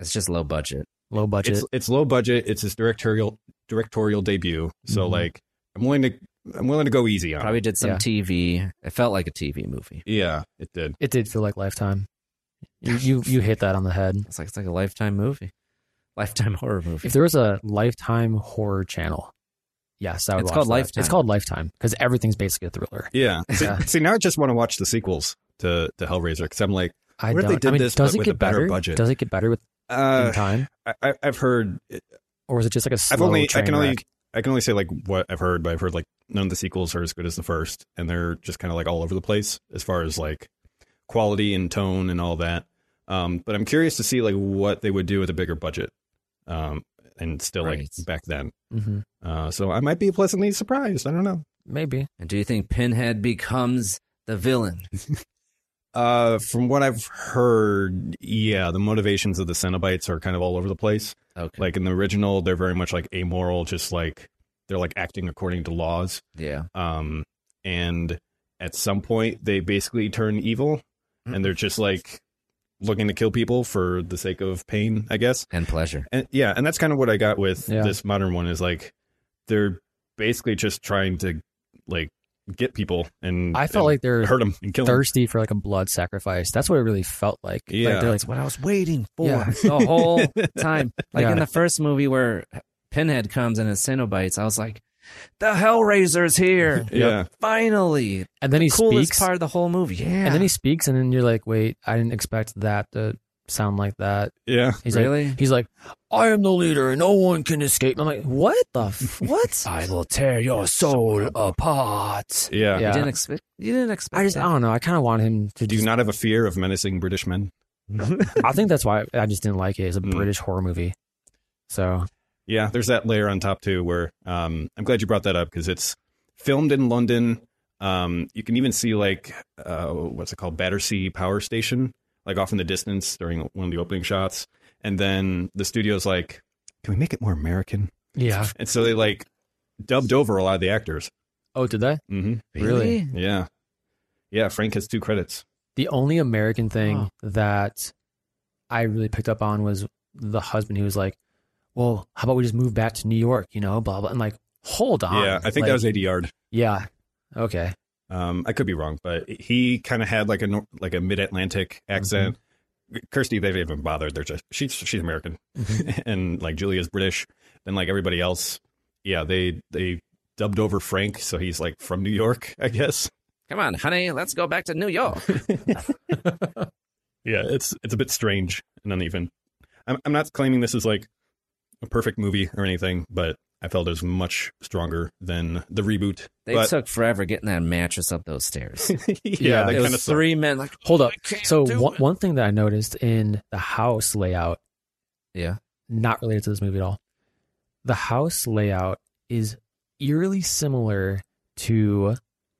S3: it's just low budget.
S5: Low budget.
S4: it's it's low budget, it's his directorial directorial debut. So
S5: Mhm.
S4: like I'm willing to I'm willing to go easy on it.
S3: Mm-hmm. Probably did some
S5: Oh, Yeah.
S3: TV. It felt like a TV movie.
S4: Yeah, it did.
S5: it did feel like Lifetime. You, you you hit that on the head.
S3: It's like it's like a lifetime movie, lifetime horror movie.
S5: If there was a Lifetime horror channel, yes, I would.
S3: It's
S5: watch
S3: called
S5: that.
S3: Lifetime.
S5: It's called Lifetime because everything's basically a thriller.
S4: Yeah. See,
S5: Yeah.
S4: see, now I just want to watch the sequels to, to Hellraiser because I'm like,
S5: I
S4: What if
S5: don't,
S4: they did
S5: I mean,
S4: this,
S5: does
S4: but
S5: it
S4: with
S5: get
S4: a better
S5: better?
S4: budget?
S5: Does it get better with in
S4: uh,
S5: time,
S4: I, I- I've heard.
S5: or was it just like Mm. a slow
S4: I've only. I
S5: train
S4: can only.
S5: wreck?
S4: I can only say like what I've heard, but I've heard like none of the sequels are as good as the first, and they're just kind of like all over the place as far as like quality and tone and all that. Um, but I'm curious to see like what they would do with a bigger budget, um, and still
S3: Right.
S4: like back then.
S5: Mhm.
S4: Uh, so I might be pleasantly surprised. I don't know.
S5: maybe
S3: and do you think Pinhead becomes the villain?
S4: Uh, from what I've heard, yeah, the motivations of the Cenobites are kind of all over the place.
S3: Okay.
S4: Like in the original, they're very much like amoral, just like they're like acting according to laws.
S3: yeah.
S4: Um, and at some point, they basically turn evil, and they're just like looking to kill people for the sake of pain, I guess.
S3: And pleasure.
S4: And yeah, and that's kind of what I got with
S5: Yeah.
S4: this modern one is like they're basically just trying to like get people and
S5: I felt
S4: and
S5: like they're
S4: hurt them and kill 'em.
S5: thirsty for like a blood sacrifice. That's what it really felt like. Like,
S4: Yeah.
S5: they're like,
S3: That's what I was waiting for
S5: Yeah.
S3: the whole time. Like
S5: Yeah.
S3: in the first movie where Pinhead comes and his Cenobites, I was like, the Hellraiser's here.
S4: Yeah.
S3: Finally.
S5: and then he
S3: Coolest
S5: speaks,
S3: part of the whole movie. Yeah.
S5: and then he speaks, and then you're like, wait, I didn't expect that to sound like that.
S4: Yeah.
S5: He's
S3: Really?
S5: Like, he's like, I am the leader, and no one can escape. I'm like, what the f- what?
S3: I will tear your soul apart.
S4: Yeah.
S5: Yeah.
S3: You didn't expect. You didn't expect.
S5: I just, I
S3: that.
S5: don't know. I kind of want him to
S4: Do you
S5: just-
S4: not have a fear of menacing British men?
S5: I think that's why I just didn't like it. It's a
S4: Mm.
S5: British horror movie, so
S4: Yeah, there's that layer on top too. Where um, I'm glad you brought that up because it's filmed in London. Um, you can even see like uh, what's it called, Battersea Power Station, like off in the distance during one of the opening shots. And then the studio's like, "Can we make it more American?"
S5: yeah,
S4: And so they like dubbed over a lot of the actors.
S5: Oh, did they?
S4: Mm-hmm.
S5: Really?
S4: Yeah. Yeah. Frank has two credits.
S5: The only American thing that I really picked up on was the husband who was like, "Well, how about we just move back to New York?" You know, blah blah. And like, hold on.
S4: Yeah. I think
S5: Like,
S4: that was 80 yard.
S5: Yeah. Okay.
S4: Um, I could be wrong, but he kind of had like a nor- like a mid Atlantic accent. Kirsty, they didn't even bother. They're just she's she's American, and like Julia's British, and like everybody else, yeah, they they dubbed over Frank, so he's like from New York, I guess.
S3: Come on, honey, let's go back to New York.
S4: Yeah, it's it's a bit strange and uneven. I'm I'm not claiming this is like a perfect movie or anything, but I felt it was much stronger than the reboot.
S3: They
S4: but,
S3: took forever getting that mattress up those stairs.
S4: yeah,
S5: Yeah,
S4: that
S3: it
S4: kind of
S3: was three men. Like,
S5: Hold up.
S3: I can't
S5: So
S3: do
S5: one,
S3: it.
S5: one thing that I noticed in the house layout,
S3: yeah,
S5: not related to this movie at all, the house layout is eerily similar to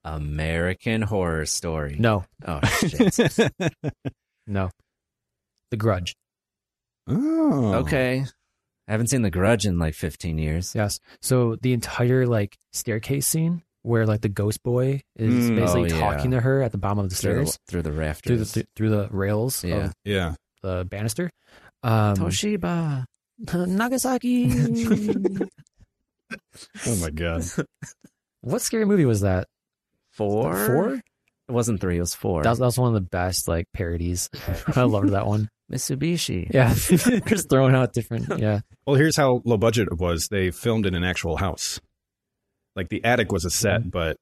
S3: American Horror Story.
S5: no,
S3: oh shit.
S5: no, The Grudge.
S4: oh,
S3: okay, I haven't seen The Grudge in like 15 years.
S5: Yes. So the entire like staircase scene where like the ghost boy is
S4: Mm.
S5: basically
S3: Oh, yeah.
S5: talking to her at the bottom of the
S3: Through
S5: stairs
S3: the, through the
S5: through
S3: rafters.
S5: the th- through the rails
S3: Yeah.
S5: of
S4: Yeah,
S5: the banister. Um,
S3: Toshiba.
S5: Nagasaki.
S4: oh my god.
S5: what scary movie was that?
S3: Four?
S5: Four?
S3: It wasn't three, it was four.
S5: That was, that was one of the best like parodies. I loved that one.
S3: Mitsubishi.
S5: Yeah, just throwing out different. Yeah,
S4: Well, here's how low budget it was. They filmed in an actual house. Like the attic was a
S3: Mm-hmm.
S4: set, but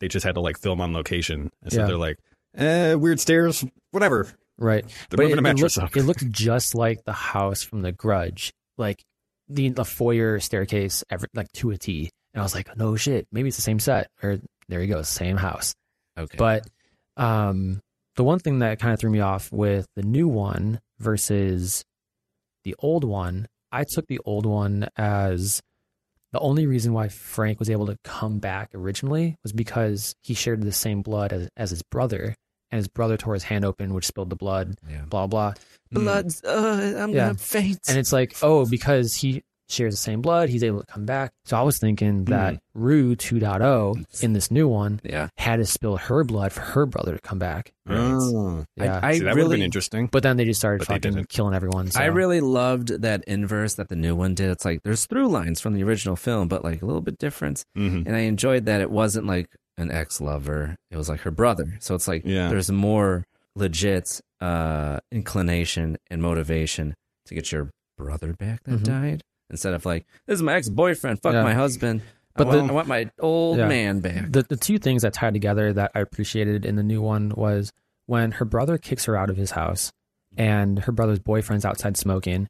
S4: they just had to like film on location. And so
S5: Yeah.
S4: they're like, eh, weird stairs, whatever.
S5: right.
S4: They're moving
S5: it,
S4: a mattress
S5: it looked,
S4: up.
S5: it looked just like the house from The Grudge, like the the foyer staircase, every, like to a T. And I was like, no shit, maybe it's the same set. Or there you go, same house.
S3: Okay.
S5: But um, the one thing that kind of threw me off with the new one versus the old one, I took the old one as the only reason why Frank was able to come back originally was because he shared the same blood as, as his brother, and his brother tore his hand open, which spilled the blood,
S3: Yeah.
S5: blah, blah.
S3: Bloods. Uh, I'm
S5: Yeah.
S3: gonna faint.
S5: And it's like, oh, because he shares the same blood, he's able to come back. So I was
S3: Hmm.
S5: thinking that Rue 2.0 in this new one
S3: yeah.
S5: had to spill her blood for her brother to come back.
S4: Oh.
S5: Yeah.
S3: I, I
S4: See, that would have been
S3: really,
S4: interesting.
S5: But then they just started
S4: But they
S5: fucking
S4: didn't.
S5: killing everyone. So.
S3: I really loved that inverse that the new one did. It's like there's through lines from the original film, but like a little bit different.
S4: hmm
S5: Mm-hmm.
S3: And I enjoyed that it wasn't like an ex lover; it was like her brother. So it's like
S4: Yeah.
S3: there's more legit uh, inclination and motivation to get your brother back that
S5: Mhm.
S3: died instead of like this is my ex boyfriend, fuck
S5: Yeah.
S3: my husband.
S5: But
S3: I, want,
S5: the-
S3: I want my old
S5: Yeah.
S3: man back.
S5: the the two things that tied together that I appreciated in the new one was when her brother kicks her out of his house, and her brother's boyfriend's outside smoking,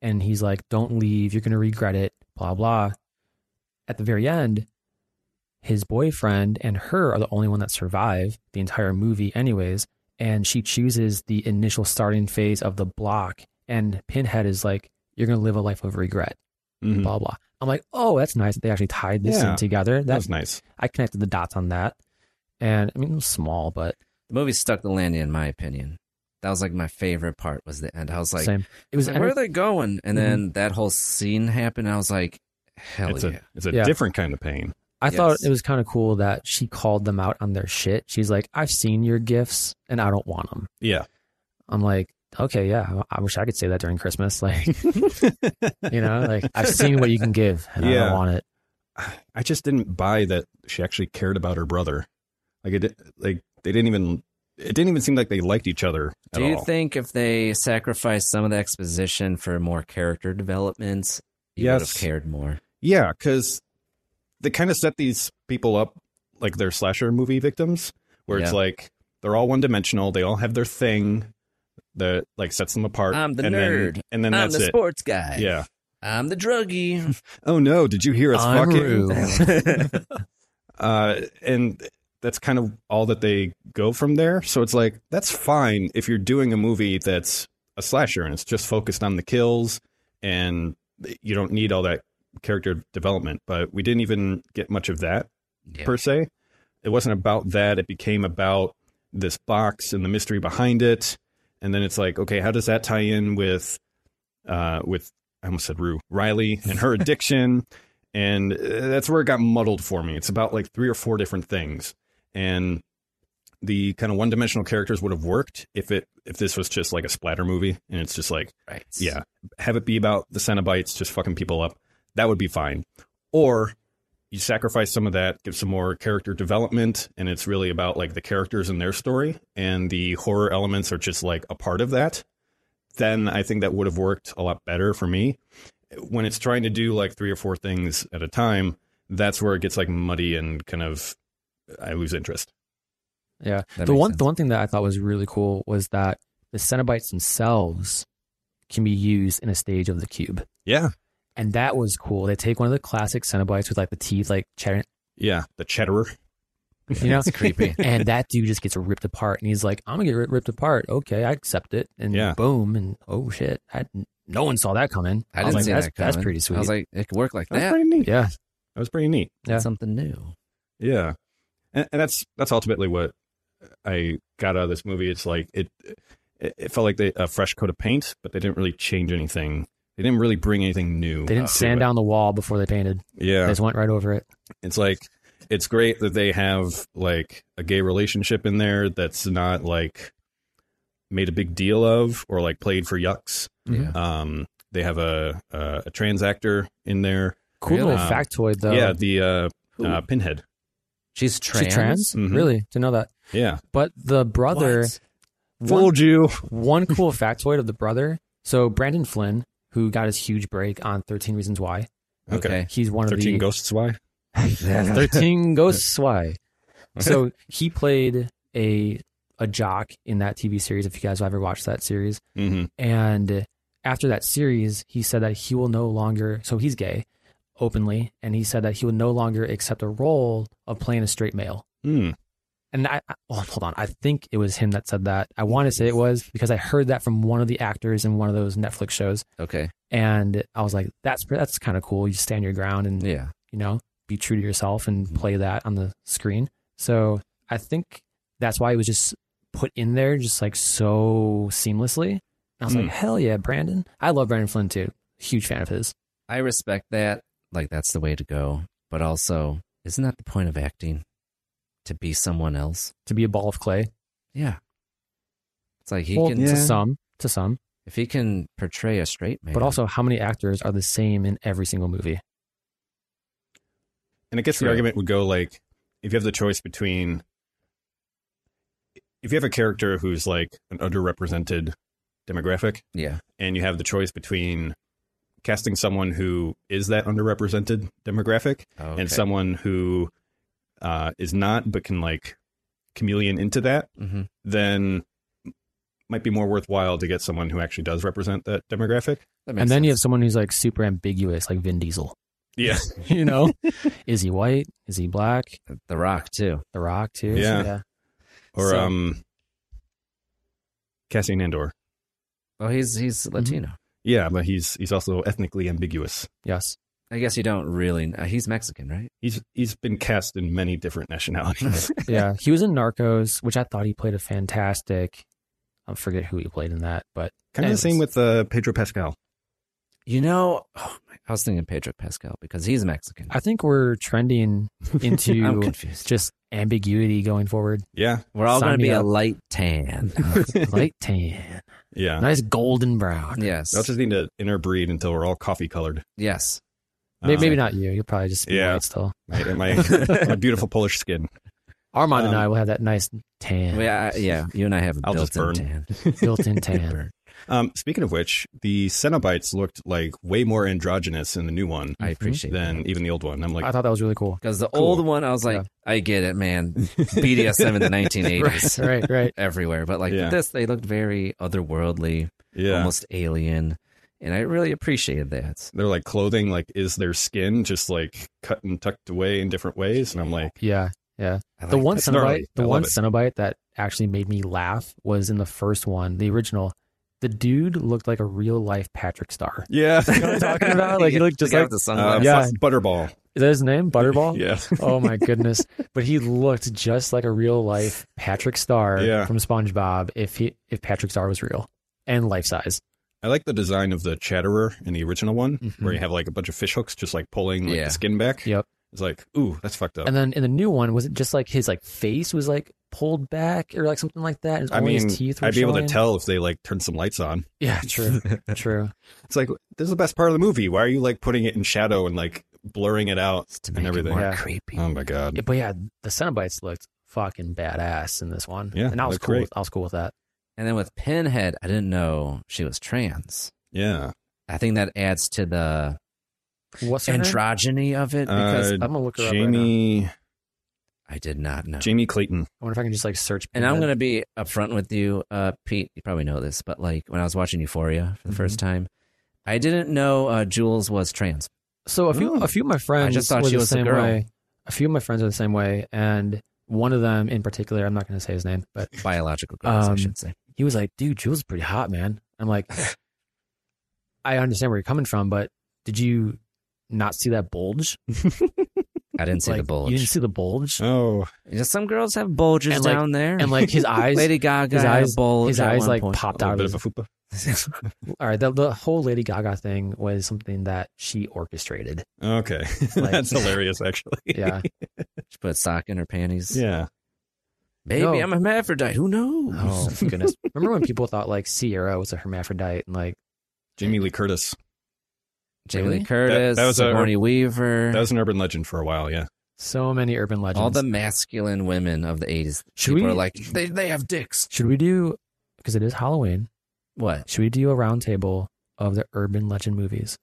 S5: and he's like, "Don't leave, you're gonna regret it." Blah blah. At the very end, his boyfriend and her are the only one that survive the entire movie, anyways. And she chooses the initial starting phase of the block, and Pinhead is like, "You're gonna live a life of regret."
S4: Mhm.
S5: Blah blah. I'm like, "Oh, that's nice. that They actually tied this
S4: Yeah.
S5: in together.
S4: That
S5: That's
S4: was nice.
S5: I connected the dots on that. And I mean, it was small, but
S3: The movie stuck the landing, in my opinion. That was like my favorite part was the end. I was like,
S5: same.
S3: I
S5: It
S3: was
S5: was Mm-hmm.
S3: like, where are they going? And then that whole scene happened. And I was like, hell
S4: It's
S3: yeah.
S4: a it's a
S5: Yeah.
S4: different kind of pain.
S5: I thought
S3: Yes.
S5: it was kind of cool that she called them out on their shit. She's like, I've seen your gifts and I don't want them.
S4: Yeah.
S5: I'm like, okay, yeah, I I wish I could say that during Christmas. Like, you know, like I've seen what you can give and I
S4: Yeah.
S5: don't want it.
S4: I just didn't buy that she actually cared about her brother. Like it like they didn't even it didn't even seem like they liked each other at
S3: Do you
S4: all.
S3: think if they sacrificed some of the exposition for more character development, you would have
S4: Yes.
S3: cared more?
S4: Yeah, because they kind of set these people up like they're slasher movie victims, where it's
S3: Yeah.
S4: like they're all one dimensional. They all have their thing that like sets them apart.
S3: I'm the
S4: and
S3: nerd.
S4: Then, and then
S3: I'm
S4: that's
S3: the
S4: it.
S3: sports guy.
S4: Yeah.
S3: I'm the druggie.
S4: Oh no! Did you hear us
S5: I'm
S4: fucking?
S5: Rue.
S4: Uh, and that's kind of all that they go from there. So it's like that's fine if you're doing a movie that's a slasher and it's just focused on the kills and you don't need all that character development. But we didn't even get much of that
S3: Yeah.
S4: per se. It wasn't about that. It became about this box and the mystery behind it. And then it's like, okay, how does that tie in with, uh, with I almost said Rue Riley and her addiction and uh, that's where it got muddled for me. It's about like three or four different things, and the kind of one-dimensional characters would have worked if it if this was just like a splatter movie, and it's just like
S3: Right.
S4: yeah, have it be about the Cenobites just fucking people up. That would be fine. Or you sacrifice some of that, give some more character development, and it's really about like the characters and their story, and the horror elements are just like a part of that. Then I think that would have worked a lot better for me. When it's trying to do like three or four things at a time, that's where it gets like muddy and kind of I lose interest.
S5: Yeah.
S3: That
S5: the
S3: makes
S5: one
S3: sense.
S5: the one thing that I thought was really cool was that the Cenobites themselves can be used in a stage of the cube.
S4: Yeah.
S5: And that was cool. They take one of the classic Cenobites with like the teeth like chattering,
S4: Yeah. The chatterer.
S5: you know,
S3: It's creepy.
S5: and that dude just gets ripped apart, and he's like, "I'm gonna get ri- ripped apart." Okay, I accept it, and
S4: Yeah.
S5: boom, and oh shit, I, no one saw that coming.
S3: I
S5: was
S3: didn't
S5: like,
S3: see
S5: that's,
S3: that
S5: That's
S3: coming.
S5: pretty sweet.
S3: I was like, it could work like
S4: That was
S3: that.
S4: pretty neat.
S5: yeah,
S4: That was pretty neat.
S5: Yeah.
S3: Something new.
S4: Yeah, and, and that's that's ultimately what I got out of this movie. It's like it it, it felt like they, a fresh coat of paint, but they didn't really change anything. They didn't really bring anything new.
S5: they didn't
S4: to
S5: sand
S4: it.
S5: down the wall before they painted. They
S4: Yeah,
S5: just went right over it.
S4: it's like it's great that they have like a gay relationship in there that's not like made a big deal of or like played for yucks.
S3: Yeah.
S4: Um, they have a a, a trans actor in there.
S5: Cool
S3: Really?
S5: little
S4: Um,
S5: factoid though.
S4: yeah, the uh,
S3: Who?
S4: uh, pinhead.
S3: She's
S5: She
S3: trans. Mm-hmm.
S5: trans?
S4: Mhm.
S5: Really? To know that.
S4: Yeah,
S5: But the brother,
S3: What?
S5: one,
S4: fooled you.
S5: one cool factoid of the brother. So Brandon Flynn, who got his huge break on 13 Reasons Why,
S3: Okay.
S5: he's one of
S4: Thirteen
S5: the
S4: ghosts. Why?
S5: 13 Ghosts Why. So he played a a jock in that TV series. If you guys have ever watched that series,
S4: Mm-hmm.
S5: and after that series, he said that he will no longer. So he's gay, openly, and he said that he will no longer accept a role of playing a straight male.
S4: Mm.
S5: and I, I oh, hold on, I think it was him that said that. I want to say it was because I heard that from one of the actors in one of those Netflix shows,
S3: Okay.
S5: and I was like, that's pre- that's kind of cool. You stand your ground and
S3: Yeah. Mm-hmm.
S5: you know be true to yourself and play that on the screen. So I think that's why it was just put in there just like so seamlessly. And I was
S3: Mm.
S4: Hmm.
S5: like, hell yeah, Brandon! I love Brandon Flynn too. Huge fan of his.
S3: I respect that. Like that's the way to go. But also, isn't that the point of acting? To be someone else.
S5: To be a ball of clay,
S3: Yeah. It's like he
S5: well,
S3: can
S5: to some, to some,
S3: if he can portray a straight man.
S5: but also how many actors are the same in every single movie?
S4: And I guess
S3: True.
S4: the argument would go like, if you have the choice between, if you have a character who's like an underrepresented demographic,
S3: yeah.
S4: and you have the choice between casting someone who is that underrepresented demographic
S3: Oh, Okay.
S4: and someone who uh, is not, but can like chameleon into that,
S3: hmm
S4: then might be more worthwhile to get someone who actually does represent that demographic.
S5: and then you have someone who's like super ambiguous, like Vin Diesel.
S4: Yeah.
S5: You know, is he white? Is he black?
S3: have The Rock too.
S5: The Rock too.
S4: Yeah. Or
S3: So-
S4: um, Cassian Andor.
S3: Well, he's he's
S5: Mm-hmm.
S3: Latino.
S4: Yeah, but he's he's also ethnically ambiguous.
S5: Yes.
S3: I guess you don't really. Uh, he's Mexican, right?
S4: He's he's been cast in many different nationalities.
S5: Yeah. He was in Narcos, which I thought he played a fantastic. I forget who he played in that, but
S4: kind of the same with uh, Pedro Pascal.
S3: You know, oh my, I was thinking Pedro Pascal because he's Mexican.
S5: I think we're trending
S3: I'm
S5: into
S3: confused.
S5: just ambiguity going forward.
S4: Yeah,
S3: We're all
S5: Sign
S3: going to be
S5: me
S3: a
S5: up.
S3: light tan.
S5: Light tan,
S4: yeah.
S5: nice golden brown.
S3: yes.
S4: I'll just need to interbreed until we're all coffee colored.
S3: yes.
S5: May- Maybe not you. You'll probably just be
S4: Yeah.
S5: white still.
S4: My, my, my beautiful Polish skin.
S5: Armand and
S4: Um,
S5: I will have that nice tan,
S3: Well, yeah, I- uh, yeah. You and I have a
S4: I'll just
S3: built-in
S4: burn.
S3: tan.
S5: built-in tan.
S3: Burn.
S4: Um, speaking of which, the Cenobites looked like way more androgynous in the new one
S3: I appreciate that.
S4: than even the old one. I'm like,
S5: I thought that was really cool.
S3: Because the
S4: Cool.
S3: old one, I was like,
S5: Yeah.
S3: I get it, man. BDSM in the 1980s.
S5: Right, right.
S3: Everywhere. But like
S4: Yeah.
S3: this, they looked very otherworldly,
S4: yeah,
S3: almost alien. And I really appreciated that.
S4: they're like clothing. Like, is their skin just like cut and tucked away in different ways? And I'm like,
S5: Yeah, yeah.
S3: I
S5: the
S3: like
S5: one
S4: That's
S5: Cenobite,
S4: gnarly. I
S5: the
S4: love
S5: one
S4: it.
S5: Cenobite that actually made me laugh was in the first one, the original. The dude looked like a real life Patrick Star.
S4: yeah,
S5: You know what I'm talking about? Like he looked just
S3: the guy
S5: like
S3: with the
S4: uh,
S3: sunglasses.
S5: Yeah.
S4: yeah, Butterball.
S5: is that his name? Butterball.
S4: Yeah,
S5: oh my goodness! But he looked just like a real life Patrick Star
S4: Yeah.
S5: from SpongeBob. If he if Patrick Star was real and life size,
S4: I like the design of the Chatterer in the original one,
S5: Mhm.
S4: where you have like a bunch of fish hooks just like pulling like,
S3: Yeah.
S4: the skin back.
S5: Yep.
S4: It's like, ooh, that's fucked up.
S5: And then in the new one, was it just like his like face was like pulled back or like something like that? And
S4: I
S5: only
S4: mean,
S5: his teeth were
S4: I'd be able to
S5: showing?
S4: tell if they like turned some lights on.
S5: Yeah, true, true.
S4: It's like this is the best part of the movie. Why are you like putting it in shadow and like blurring it out
S3: It's to
S4: and
S3: make it
S4: everything?
S3: more
S5: Yeah.
S3: creepy.
S4: Oh my god.
S5: Yeah, but yeah, the Cenobites looked fucking badass in this one.
S4: Yeah,
S5: and I was
S4: looked
S5: cool.
S4: great.
S5: With, I was cool with that.
S3: And then with Pinhead, I didn't know she was trans.
S4: Yeah.
S3: I think that adds to the
S5: What's her name?
S3: androgyny of it because
S4: Uh,
S5: I'm gonna look her up. Right now.
S4: Jamie
S3: I did not know.
S4: Jamie Clayton.
S5: I wonder if I can just like search.
S3: And I'm
S5: Pinhead.
S3: going to be upfront with you, uh, Pete. You probably know this, but like when I was watching Euphoria for the
S5: Mm-hmm.
S3: first time, I didn't know uh, Jules was trans.
S5: So a few
S4: Oh.
S5: a few of my friends
S3: just thought
S5: were
S3: she
S5: the
S3: was a
S5: same
S3: girl.
S5: way. A few of my friends are the same way, and one of them in particular, I'm not going to say his name, but
S3: Biological girls, I
S5: Um,
S3: should say.
S5: he was like, "Dude, Jules is pretty hot, man." I'm like, I understand where you're coming from, but did you not see that bulge?
S3: I didn't see
S5: like,
S3: the bulge.
S5: You didn't see the bulge,
S4: Oh,
S3: Just some girls have bulges
S5: And, like-
S3: down there.
S5: and like his eyes,
S3: Lady Gaga
S5: his
S3: had a
S5: eyes,
S3: bulge
S5: his
S3: at
S5: eyes
S3: one
S5: like
S3: point.
S5: popped
S4: a
S5: out
S4: little
S5: of
S4: bit of
S5: his
S4: a fupa.
S5: All right, the, the whole Lady Gaga thing was something that she orchestrated.
S4: Okay,
S5: Like-
S4: that's hilarious. Actually,
S5: Yeah.
S3: She put a sock in her panties.
S4: yeah.
S3: Baby,
S5: No.
S3: I'm a hermaphrodite. Who knows?
S5: oh goodness. Remember when people thought like Sierra was a hermaphrodite and like
S4: Jamie Lee Curtis.
S3: Jamie
S5: Really?
S3: Lee Curtis,
S4: That- that was a-
S3: Sigourney Weaver,
S4: That was an urban legend for a while. Yeah.
S5: so many urban legends?
S3: all the masculine women of the 80s.
S5: Should
S3: People
S5: we-
S3: are like, they, they have dicks.
S5: should we do because it is Halloween?
S3: What?
S5: Should we do a roundtable of the urban legend movies?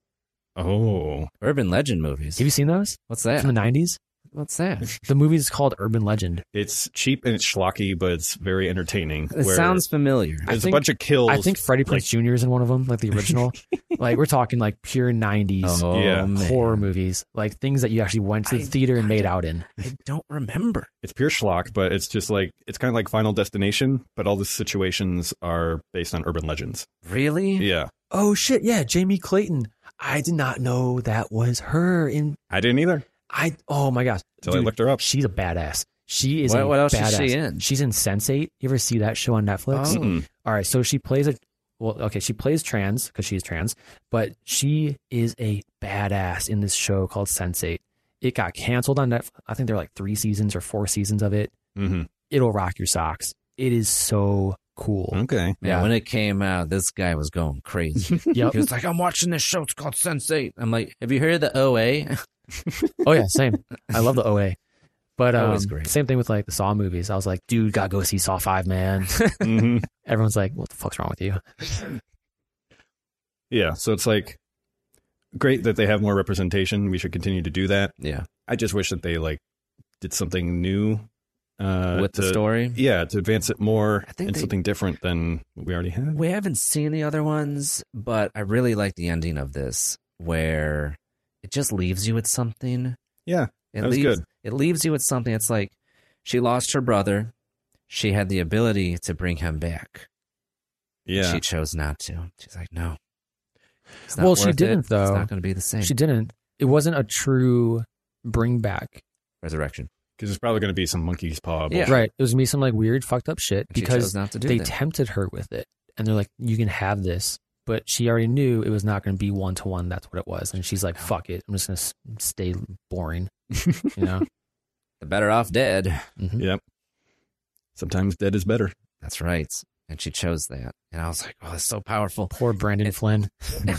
S4: Oh,
S3: Urban legend movies.
S5: Have you seen those
S3: What's that?
S5: from the nineties?
S3: What's that?
S5: The movie is called Urban Legend.
S4: it's cheap and it's schlocky, but it's very entertaining.
S3: It
S4: where
S3: sounds familiar.
S5: I
S4: There's
S5: think-
S4: a bunch of kills.
S5: I think Freddie Prince Jr. is in one of them, like the original. like we're talking like pure nineties
S3: Oh,
S4: Yeah.
S3: man.
S5: horror movies, like things that you actually went to the
S3: I-
S5: theater and
S3: I
S5: made
S3: don't-
S5: out in.
S3: I don't remember.
S4: it's pure schlock, but it's just like it's kind of like Final Destination, but all the situations are based on urban legends.
S3: Really?
S4: Yeah,
S5: Oh shit, yeah, Jamie Clayton. I did not know that was her in
S4: I didn't either
S5: I oh my gosh.
S4: until I
S5: Dude,
S4: looked her up.
S5: She's a badass. She is
S3: What-
S5: a
S3: what else is
S5: badass.
S3: she in?
S5: She's in Sense8. You ever see that show on Netflix?
S3: Oh.
S4: Mm-mm.
S5: All right, so she plays a well, okay, she plays trans because she's trans, but she is a badass in this show called Sense8. It got canceled on Netflix. I think there were like 3 seasons or 4 seasons of it.
S4: Mhm.
S5: It'll rock your socks. It is so cool.
S4: Okay,
S3: Man,
S5: Yeah.
S3: Hmm? when it came out, this guy was going crazy.
S5: Yep.
S3: He was like, I'm watching this show. It's called Sense 8. I'm like, have you heard of the OA?
S5: Oh yeah, same. I love the OA. But um,
S3: Always great.
S5: same thing with like the Saw movies. I was like, dude, gotta go see Saw Five, man.
S4: Mhm.
S5: Everyone's like, what the fuck's wrong with you?
S4: yeah. So it's like great that they have more representation. We should continue to do that.
S3: yeah.
S4: I just wish that they like did something new uh,
S3: With the
S4: to-
S3: story.
S4: Yeah, to advance it more
S3: I think
S4: and
S3: they-
S4: something different than what we already have.
S3: We haven't seen the other ones, but I really like the ending of this where it just leaves you with something.
S4: Yeah,
S3: It
S4: That was
S3: leaves,
S4: good.
S3: It leaves you with something. It's like she lost her brother. She had the ability to bring him back.
S4: yeah.
S3: She chose not to. She's like, no. It's
S5: Well, she
S3: worth it.
S5: didn't,
S3: It's
S5: though.
S3: not going to be the same.
S5: She didn't. It wasn't a true bring back.
S3: Resurrection.
S4: Because it's probably going to be some monkey's paw.
S3: Yeah.
S4: bullshit.
S5: Right. It was gonna be some like weird fucked up shit
S3: And she
S5: because
S3: chose not to do
S5: they
S3: that.
S5: tempted her with it. And they're like, You can have this. But she already knew it was not gonna be one to one, that's what it was. And she's like, Fuck it. I'm just gonna s- stay boring. You know?
S3: The better off dead.
S5: Mhm.
S4: Yep. Sometimes dead is better.
S3: That's right. And she chose that. And I was like, oh, that's so powerful.
S5: Poor Brandon
S3: And-
S5: Flynn.
S3: And-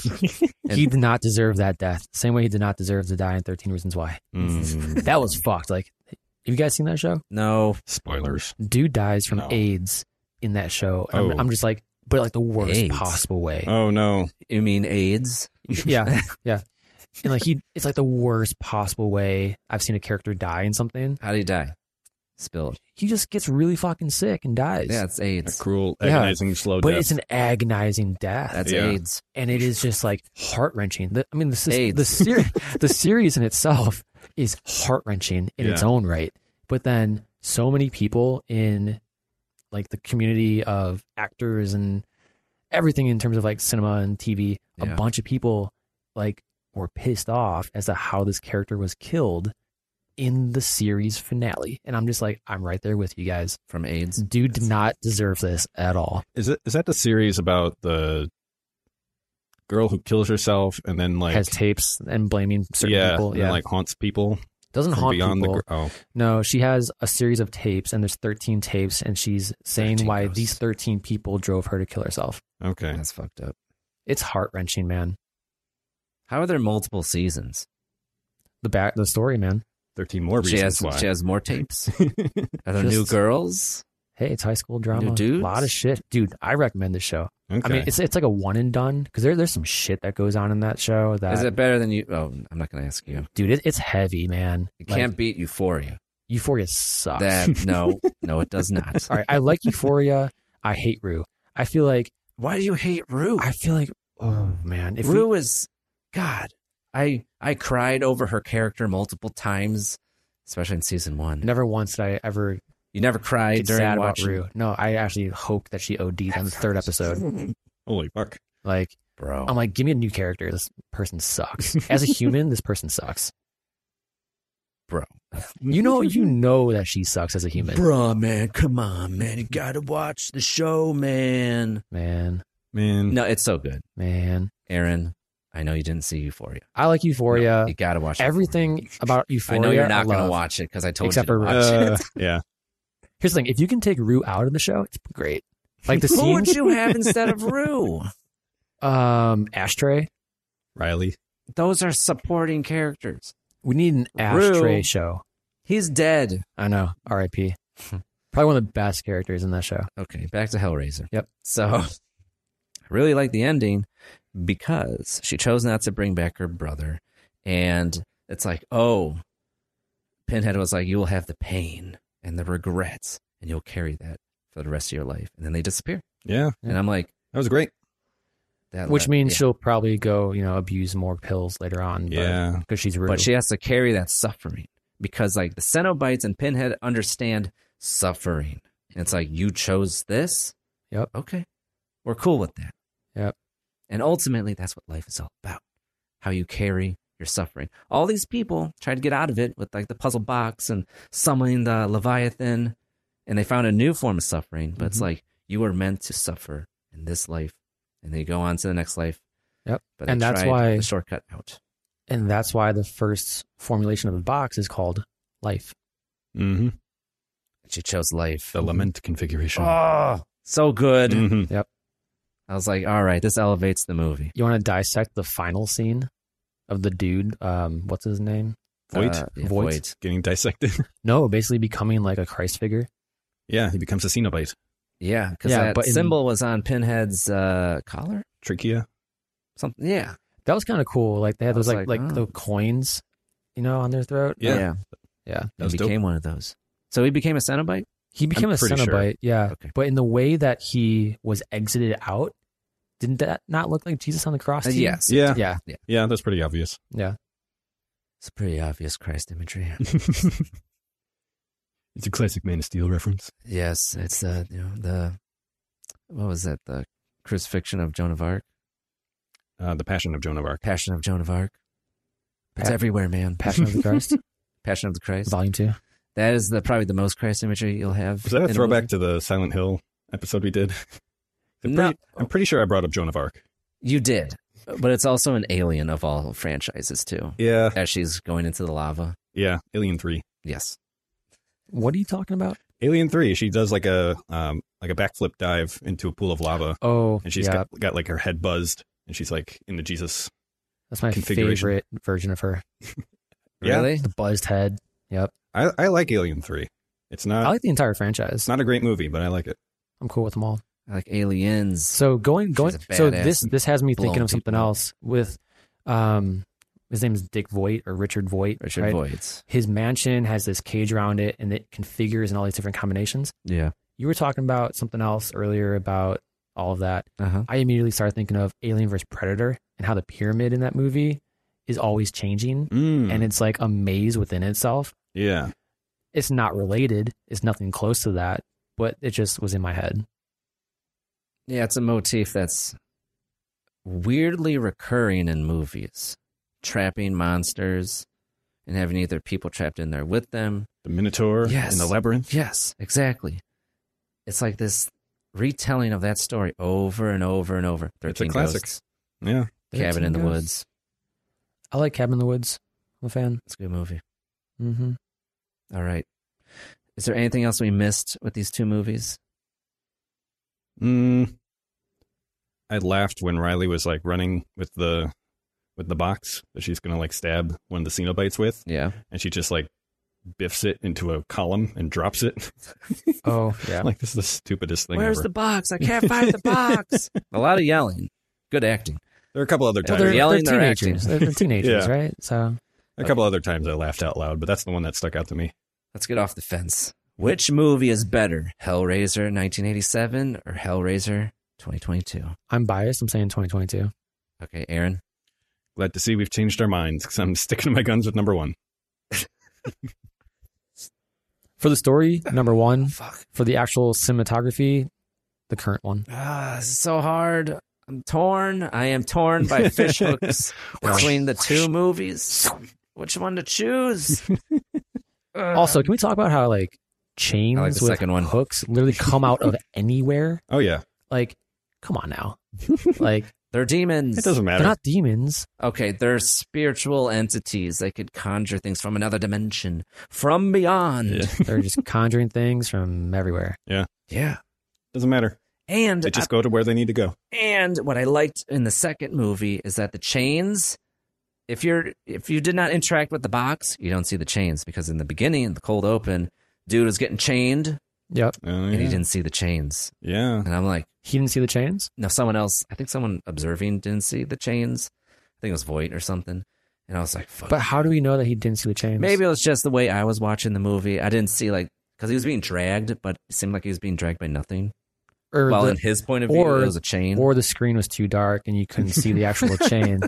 S5: he did not deserve that death. Same way he did not deserve to die in 13 Reasons Why.
S4: Mm.
S5: That was fucked. Like, have you guys seen that show?
S3: No.
S4: Spoilers.
S5: Dude dies from
S4: No.
S5: AIDS in that show. And
S4: Oh.
S5: I'm, I'm just like, but like the worst
S3: AIDS.
S5: possible way.
S4: Oh no.
S3: You mean AIDS?
S5: Yeah. Yeah. And like, he, it's like the worst possible way I've seen a character die in something.
S3: How do you die? Spilled.
S5: He just gets really fucking sick and dies.
S3: Yeah, it's
S4: A
S3: AIDS.
S4: cruel,
S5: Yeah.
S4: agonizing, slow
S5: But
S4: death.
S5: it's an agonizing death.
S3: That's
S4: Yeah.
S3: AIDS.
S5: and it is just like heart wrenching. I mean, this is,
S3: AIDS.
S5: the series, the series in itself is heart wrenching in its
S4: Yeah.
S5: own right. But then so many people in like the community of actors and everything in terms of like cinema and TV,
S3: Yeah.
S5: a bunch of people like were pissed off as to how this character was killed in the series finale. And I'm just like, I'm right there with you guys.
S3: From AIDS.
S5: Dude did not deserve this at all.
S4: is it? Is that the series about the girl who kills herself and then like
S5: has tapes and blaming certain
S4: yeah,
S5: people.
S4: and
S5: Yeah,
S4: then, like haunts people
S5: doesn't
S4: from
S5: haunt
S4: beyond
S5: people.
S4: the gr-
S3: uh,
S4: oh
S5: No, she has a series of tapes, and there's 13 tapes, and she's saying
S3: 13
S5: why
S3: ghosts.
S5: these 13 people drove her to kill herself.
S4: okay
S3: That's fucked up.
S5: It's heart wrenching, man.
S3: How are there multiple seasons?
S5: The back, the story, man.
S4: thirteen more
S3: She
S4: reasons
S3: has
S4: why
S3: she has more tapes. Are there new
S5: Just-
S3: girls?
S5: Hey, it's high school drama.
S3: dudes?
S5: A lot of shit, dude. I recommend this show. I mean,
S4: Okay.
S5: it's it's like a one and done because there, there's some shit that goes on in that show that
S3: Is it better than you? Oh, I'm not going to ask you.
S5: dude, it, it's heavy, man.
S3: It
S5: Like,
S3: can't beat Euphoria.
S5: Euphoria sucks.
S3: That no, no, it does not.
S5: All right, I like Euphoria. I hate Rue. I feel like
S3: Why do you hate Rue?
S5: I feel like oh man, if we-
S3: Rue is God. I I cried over her character multiple times, especially in season one.
S5: never once did I ever
S3: You never cried
S5: get
S3: during
S5: sad about
S3: watching,
S5: Rue. No, I actually hoped that she OD'd on the third episode.
S4: holy fuck
S5: Like
S3: bro.
S5: I'm like, give me a new character. This person sucks. As a human, this person sucks.
S3: bro,
S5: You know, you know that she sucks as a human,
S3: bro, man, come on, man, you gotta watch the show, man.
S5: man,
S4: man
S3: No, it's so good,
S5: man.
S3: Aaron. I know you didn't see Euphoria.
S5: I like
S3: No,
S5: Euphoria.
S3: you gotta watch
S5: Everything about
S3: Euphoria.
S5: Euphoria.
S3: I know you're not
S5: going
S3: gonna
S5: to
S3: watch it because I told
S5: Except
S3: you. To
S5: for Rue.
S3: watch it.
S4: uh, yeah
S5: Here's the thing: if you can take Rue out of the show, it's great. Like the
S3: Who
S5: scene,
S3: would you have instead of Rue?
S5: um, ashtray.
S4: Riley
S3: Those are supporting characters.
S5: We need an
S3: Rue.
S5: ashtray show.
S3: He's dead.
S5: I know. R.I.P. Probably one of the best characters in that show.
S3: Okay, back to Hellraiser.
S5: Yep.
S3: So I really like the ending because she chose not to bring back her brother. And it's like, oh, Pinhead was like, you will have the pain and the regrets, and you'll carry that for the rest of your life. And then they disappear.
S4: yeah
S3: And I'm like,
S4: that was great
S3: that
S5: Which
S3: let-
S5: means
S3: yeah.
S5: she'll probably go, you know, abuse more pills later on.
S4: Yeah.
S5: because she's Rue.
S3: But she has to carry that suffering because, like, the Cenobites and Pinhead understand suffering. And it's like, you chose this?
S5: Yep.
S3: Okay. We're cool with that.
S5: Yep.
S3: And ultimately, that's what life is all about how you carry your suffering. All these people tried to get out of it with, like, the puzzle box and summoning the Leviathan, and they found a new form of suffering. But it's
S5: Mhm.
S3: like, you were meant to suffer in this life, and then you go on to the next life.
S5: Yep.
S3: But they
S5: And that's
S3: tried
S5: why-
S3: the shortcut out.
S5: and that's why the first formulation of the box is called life.
S4: mm-hmm.
S3: She chose life.
S4: the lament configuration
S3: Oh, so good.
S5: Mm-hmm.
S4: Mhm.
S3: I was like, all right, this elevates the movie.
S5: You want to dissect the final scene of the dude? Um, what's his name?
S4: Voight
S3: Uh, yeah,
S5: Voight.
S3: Voight.
S4: getting dissected
S5: No, basically becoming like a Christ figure.
S4: yeah he becomes a cenobite
S3: Yeah, because
S5: Yeah,
S3: that
S5: but in-
S3: symbol was on Pinhead's uh, collar.
S4: trachea
S3: Something. Yeah.
S5: That was kind of cool. Like they had
S3: I was
S5: those like
S3: like,
S5: like,
S3: oh.
S5: the coins, you know, on their throat.
S4: Yeah.
S5: Yeah.
S4: That
S3: He
S4: was dope.
S3: became one of those. So he became a Cenobite?
S5: He became a
S4: pretty sure.
S5: Cenobite, yeah.
S3: Okay.
S5: But in the way that he was exited out, didn't that not look like Jesus on the cross?
S3: Uh,
S5: to you?
S3: yes.
S4: Yeah.
S5: Yeah.
S4: yeah that's pretty obvious
S5: Yeah.
S3: It's pretty obvious Christ imagery.
S4: it's a classic Man of Steel reference.
S3: yes. It's uh, you know, the, what was that? The crucifixion of Joan of Arc?
S4: Uh, the Passion of Joan of Arc.
S3: Passion of Joan of Arc. It's
S5: Pa-
S3: everywhere, man.
S5: Passion of the Christ,
S3: Passion of the Christ.
S5: Volume Two.
S3: That is the probably the most Christ imagery you'll have.
S4: Was that a
S3: in
S4: throwback
S3: movie.
S4: to the Silent Hill episode we did? I'm,
S3: No.
S4: pretty, I'm pretty sure I brought up Joan of Arc.
S3: You did. But it's also an alien of all franchises, too.
S4: Yeah.
S3: As she's going into the lava.
S4: Yeah. Alien 3.
S3: Yes.
S5: What are you talking about?
S4: Alien 3, she does like a um, like a backflip dive into a pool of lava
S5: Oh,
S4: and she's
S5: yeah,
S4: got, got like her head buzzed and she's like in the Jesus.
S5: that's my
S4: configuration.
S5: favorite version of her.
S4: Yeah.
S3: Really?
S5: The buzzed head. Yep.
S4: I, I like Alien 3. It's
S3: Uh,
S4: not
S3: Oh,
S5: I like the entire franchise.
S4: it's not a great movie, but I like it.
S5: I'm cool with them all.
S3: I Like aliens.
S5: So going
S3: She's
S5: going
S3: a
S5: so
S3: badass
S5: this
S3: and
S5: this has me thinking
S3: blown
S5: of something
S3: people up.
S5: else with um his name is Dick Voigt or Richard Voigt.
S3: Richard
S5: right?
S3: Voids.
S5: His mansion has this cage around it and it configures in all these different combinations.
S3: Yeah.
S5: You were talking about something else earlier about all of that.
S3: Uh
S4: Uh-huh.
S3: huh.
S5: I immediately started thinking of Alien vs. Predator and how the pyramid in that movie is always changing
S4: Mm.
S5: and it's like a maze within itself.
S4: yeah.
S5: It's not related, it's nothing close to that, but it just was in my head.
S3: Yeah, it's a motif that's weirdly recurring in movies, trapping monsters and having either people trapped in there with them.
S4: The Minotaur
S3: Yes.
S4: and the Labyrinth.
S3: Yes, exactly. It's like this retelling of that story over and over and over.
S4: It's a
S3: 13
S4: classic.
S3: Ghosts.
S4: Yeah.
S3: Cabin in the
S5: 13 goes.
S3: Woods.
S5: I like Cabin in the Woods. I'm a fan.
S3: It's a good movie.
S5: Mm-hmm.
S3: All right. Is there anything else we missed with these two movies?
S4: Mm, I laughed when Riley was like running with the with the box that she's gonna like stab one of the Cenobites with,
S3: Yeah.
S4: and she just like biffs it into a column and drops it.
S5: Oh yeah.
S4: like this is the stupidest thing
S3: Where's
S4: ever.
S3: the box? I can't find the box. A lot of yelling. Good acting.
S4: there are a couple other
S3: Well,
S4: times.
S3: they're yelling, they're acting.
S5: teenagers. They're, they're teenagers,
S4: Yeah.
S5: right? So
S4: a couple other times I laughed out loud, but that's the one that stuck out to me.
S3: Let's get off the fence. Which movie is better, Hellraiser 1987 or Hellraiser 2022?
S5: I'm biased. I'm saying 2022.
S3: Okay, Aaron.
S4: Glad to see we've changed our minds because I'm sticking to my guns with number one.
S5: For the story, number one.
S3: Fuck.
S5: For the actual cinematography, the current one.
S3: Ah, this is so hard. I'm torn. I am torn by fish hooks between the two movies. Which one to choose?
S5: Also, can we talk about how like chains
S3: I like the
S5: with
S3: second one.
S5: hooks literally come out of anywhere?
S4: Oh yeah,
S5: Like, come on now. Like
S3: They're demons.
S4: it doesn't
S5: they're
S4: matter.
S5: not demons.
S3: Okay, they're spiritual entities. They could conjure things from another dimension, from beyond.
S4: yeah.
S5: They're just conjuring things from everywhere.
S3: Yeah.
S4: doesn't matter.
S3: And
S4: They just go to where they need to go.
S3: and what I liked in the second movie is that the chains if you're if you did not interact with the box, you don't see the chains because in the beginning, in the cold open, dude was getting chained
S5: Yep.
S4: Oh,
S3: and he
S4: yeah.
S3: didn't see the chains.
S4: yeah,
S3: And I'm like,
S5: He didn't see the chains.
S3: no, someone else, I think someone observing didn't see the chains. I think it was Voight or something. And I was like, fuck.
S5: But how do we know that he didn't see the chains?
S3: Maybe it was just the way I was watching the movie. I didn't see like because he was being dragged, but it seemed like he was being dragged by nothing.
S5: or
S3: well,
S5: the,
S3: in his point of view,
S5: or-
S3: it was a chain.
S5: or the screen was too dark and you couldn't see the actual chain.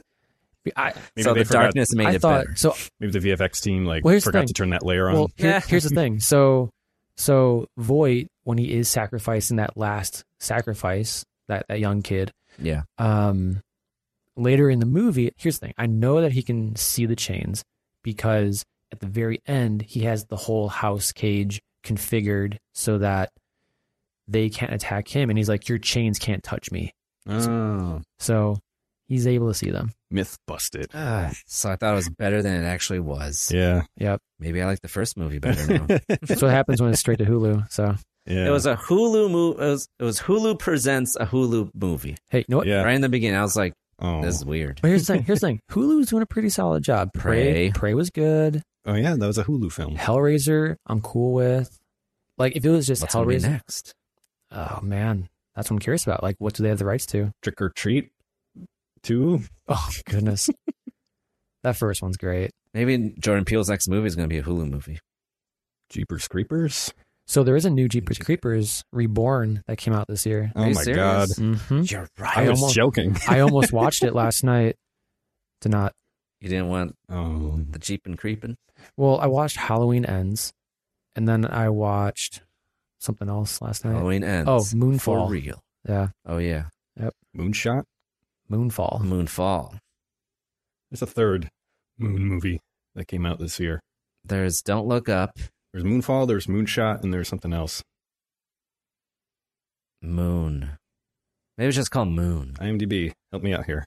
S5: I,
S4: Maybe
S3: so
S4: they
S3: the
S4: forgot-
S3: darkness made
S5: I
S3: it
S5: thought
S3: better.
S5: so.
S4: maybe the VFX team like
S5: Well, here's the
S4: forgot
S5: thing.
S4: to turn that layer on.
S5: Well, here-
S3: Yeah.
S5: here's the thing. So, so Voight, when he is sacrificing that last sacrifice, that that young kid,
S3: Yeah,
S5: um, later in the movie, here's the thing. I know that he can see the chains because at the very end, he has the whole house cage configured so that they can't attack him, and he's like, "Your chains can't touch me."
S4: oh,
S5: So he's able to see them.
S4: myth busted.
S3: Ah, so I thought it was better than it actually was.
S4: Yeah,
S5: Yep.
S3: Maybe I like the first movie better now.
S5: That's what happens when it's straight to Hulu. So
S4: yeah.
S3: It was a Hulu movie. It was, it was Hulu presents a Hulu movie.
S5: hey, you know what?
S4: Yeah.
S3: Right in the beginning, I was like,
S4: oh.
S3: "This is weird."
S5: But here's the thing. Here's the thing. Hulu's doing a pretty solid job.
S3: Prey.
S5: Prey, Prey was good.
S4: oh yeah, that was a Hulu film.
S5: Hellraiser, I'm cool with. Like if it was just
S3: What's gonna be
S5: Hellraiser,
S3: next?
S5: oh man, that's what I'm curious about. Like, what do they have the rights to?
S4: Trick or Treat, two.
S5: Oh goodness, that first one's great.
S3: Maybe Jordan Peele's next movie is going to be a Hulu movie.
S4: Jeepers Creepers.
S5: So there is a new Jeepers Creepers Reborn that came out this year.
S4: Oh
S3: Are you
S4: my
S3: serious?
S4: god,
S5: hmm
S3: You're right.
S4: I, was
S5: almost-
S4: joking.
S5: I almost watched it last night. Did not.
S3: You didn't want
S4: Oh,
S3: the Jeep and creeping.
S5: Well, I watched Halloween Ends, and then I watched something else last night.
S3: Halloween ends.
S5: Oh,
S3: for
S5: Moonfall.
S3: real.
S5: Yeah,
S3: Oh yeah,
S4: Moonshot.
S5: Moonfall.
S3: Moonfall.
S4: There's a third Moon movie that came out this year.
S3: There's Don't Look Up,
S4: There's Moonfall. There's Moonshot, and there's something else.
S3: Moon. Maybe it's just called Moon.
S4: IMDb, help me out here,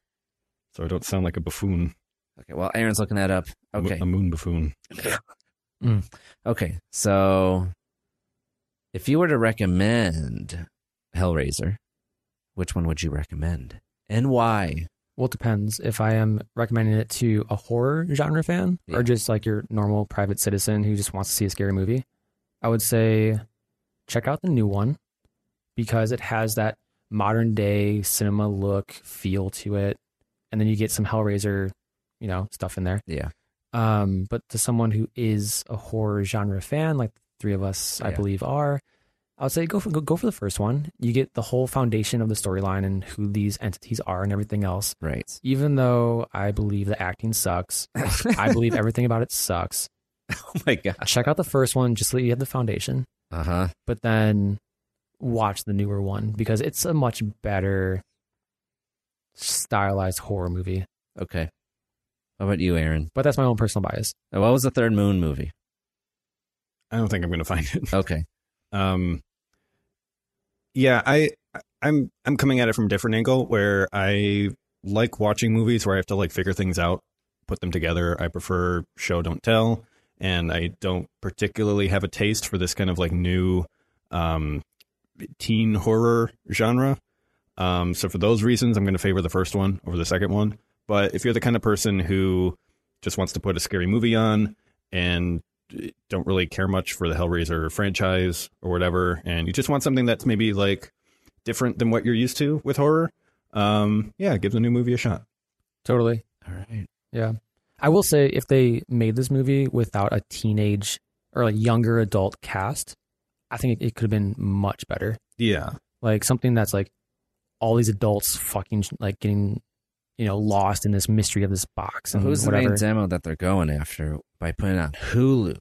S4: so I don't sound like a buffoon.
S3: Okay, well, Aaron's looking that up.
S4: A mo- um,
S3: Okay.
S4: a moon buffoon.
S3: Okay, so if you were to recommend Hellraiser, which one would you recommend and why?
S5: Well, it depends if I am recommending it to a horror genre fan
S3: Yeah.
S5: or just like your normal private citizen who just wants to see a scary movie. I would say check out the new one because it has that modern day cinema look feel to it, and then you get some Hellraiser, you know, stuff in there.
S3: Yeah.
S5: Um, but to someone who is a horror genre fan, like the three of us, I
S3: Yeah.
S5: believe are, I would say go for go, go for the first one. You get the whole foundation of the storyline and who these entities are and everything else.
S3: Right.
S5: Even though I believe the acting sucks, I believe everything about it sucks.
S3: oh my gosh.
S5: Check out the first one just so you have the foundation,
S3: Uh huh.
S5: but then watch the newer one because it's a much better stylized horror movie.
S3: Okay. How about you, Aaron?
S5: But that's my own personal bias.
S3: Uh, What was the third Moon movie?
S4: I don't think I'm going to find it.
S3: Okay.
S4: um yeah i i'm i'm coming at it from a different angle where i like watching movies where I have to like figure things out, put them together. I prefer show don't tell, and I don't particularly have a taste for this kind of like new um, teen horror genre. Um, so for those reasons, I'm going to favor the first one over the second one. But if you're the kind of person who just wants to put a scary movie on and don't really care much for the Hellraiser franchise or whatever, and you just want something that's maybe like different than what you're used to with horror, um, yeah, give the new movie a shot.
S5: Totally.
S3: All right.
S5: Yeah. I will say if they made this movie without a teenage or a younger adult cast, I think it, it could have been much better.
S4: Yeah,
S5: Like something that's like all these adults fucking like getting, you know, lost in this mystery of this box
S3: So
S5: and
S3: who's the
S5: Mm, whatever.
S3: main demo that they're going after by putting on Hulu,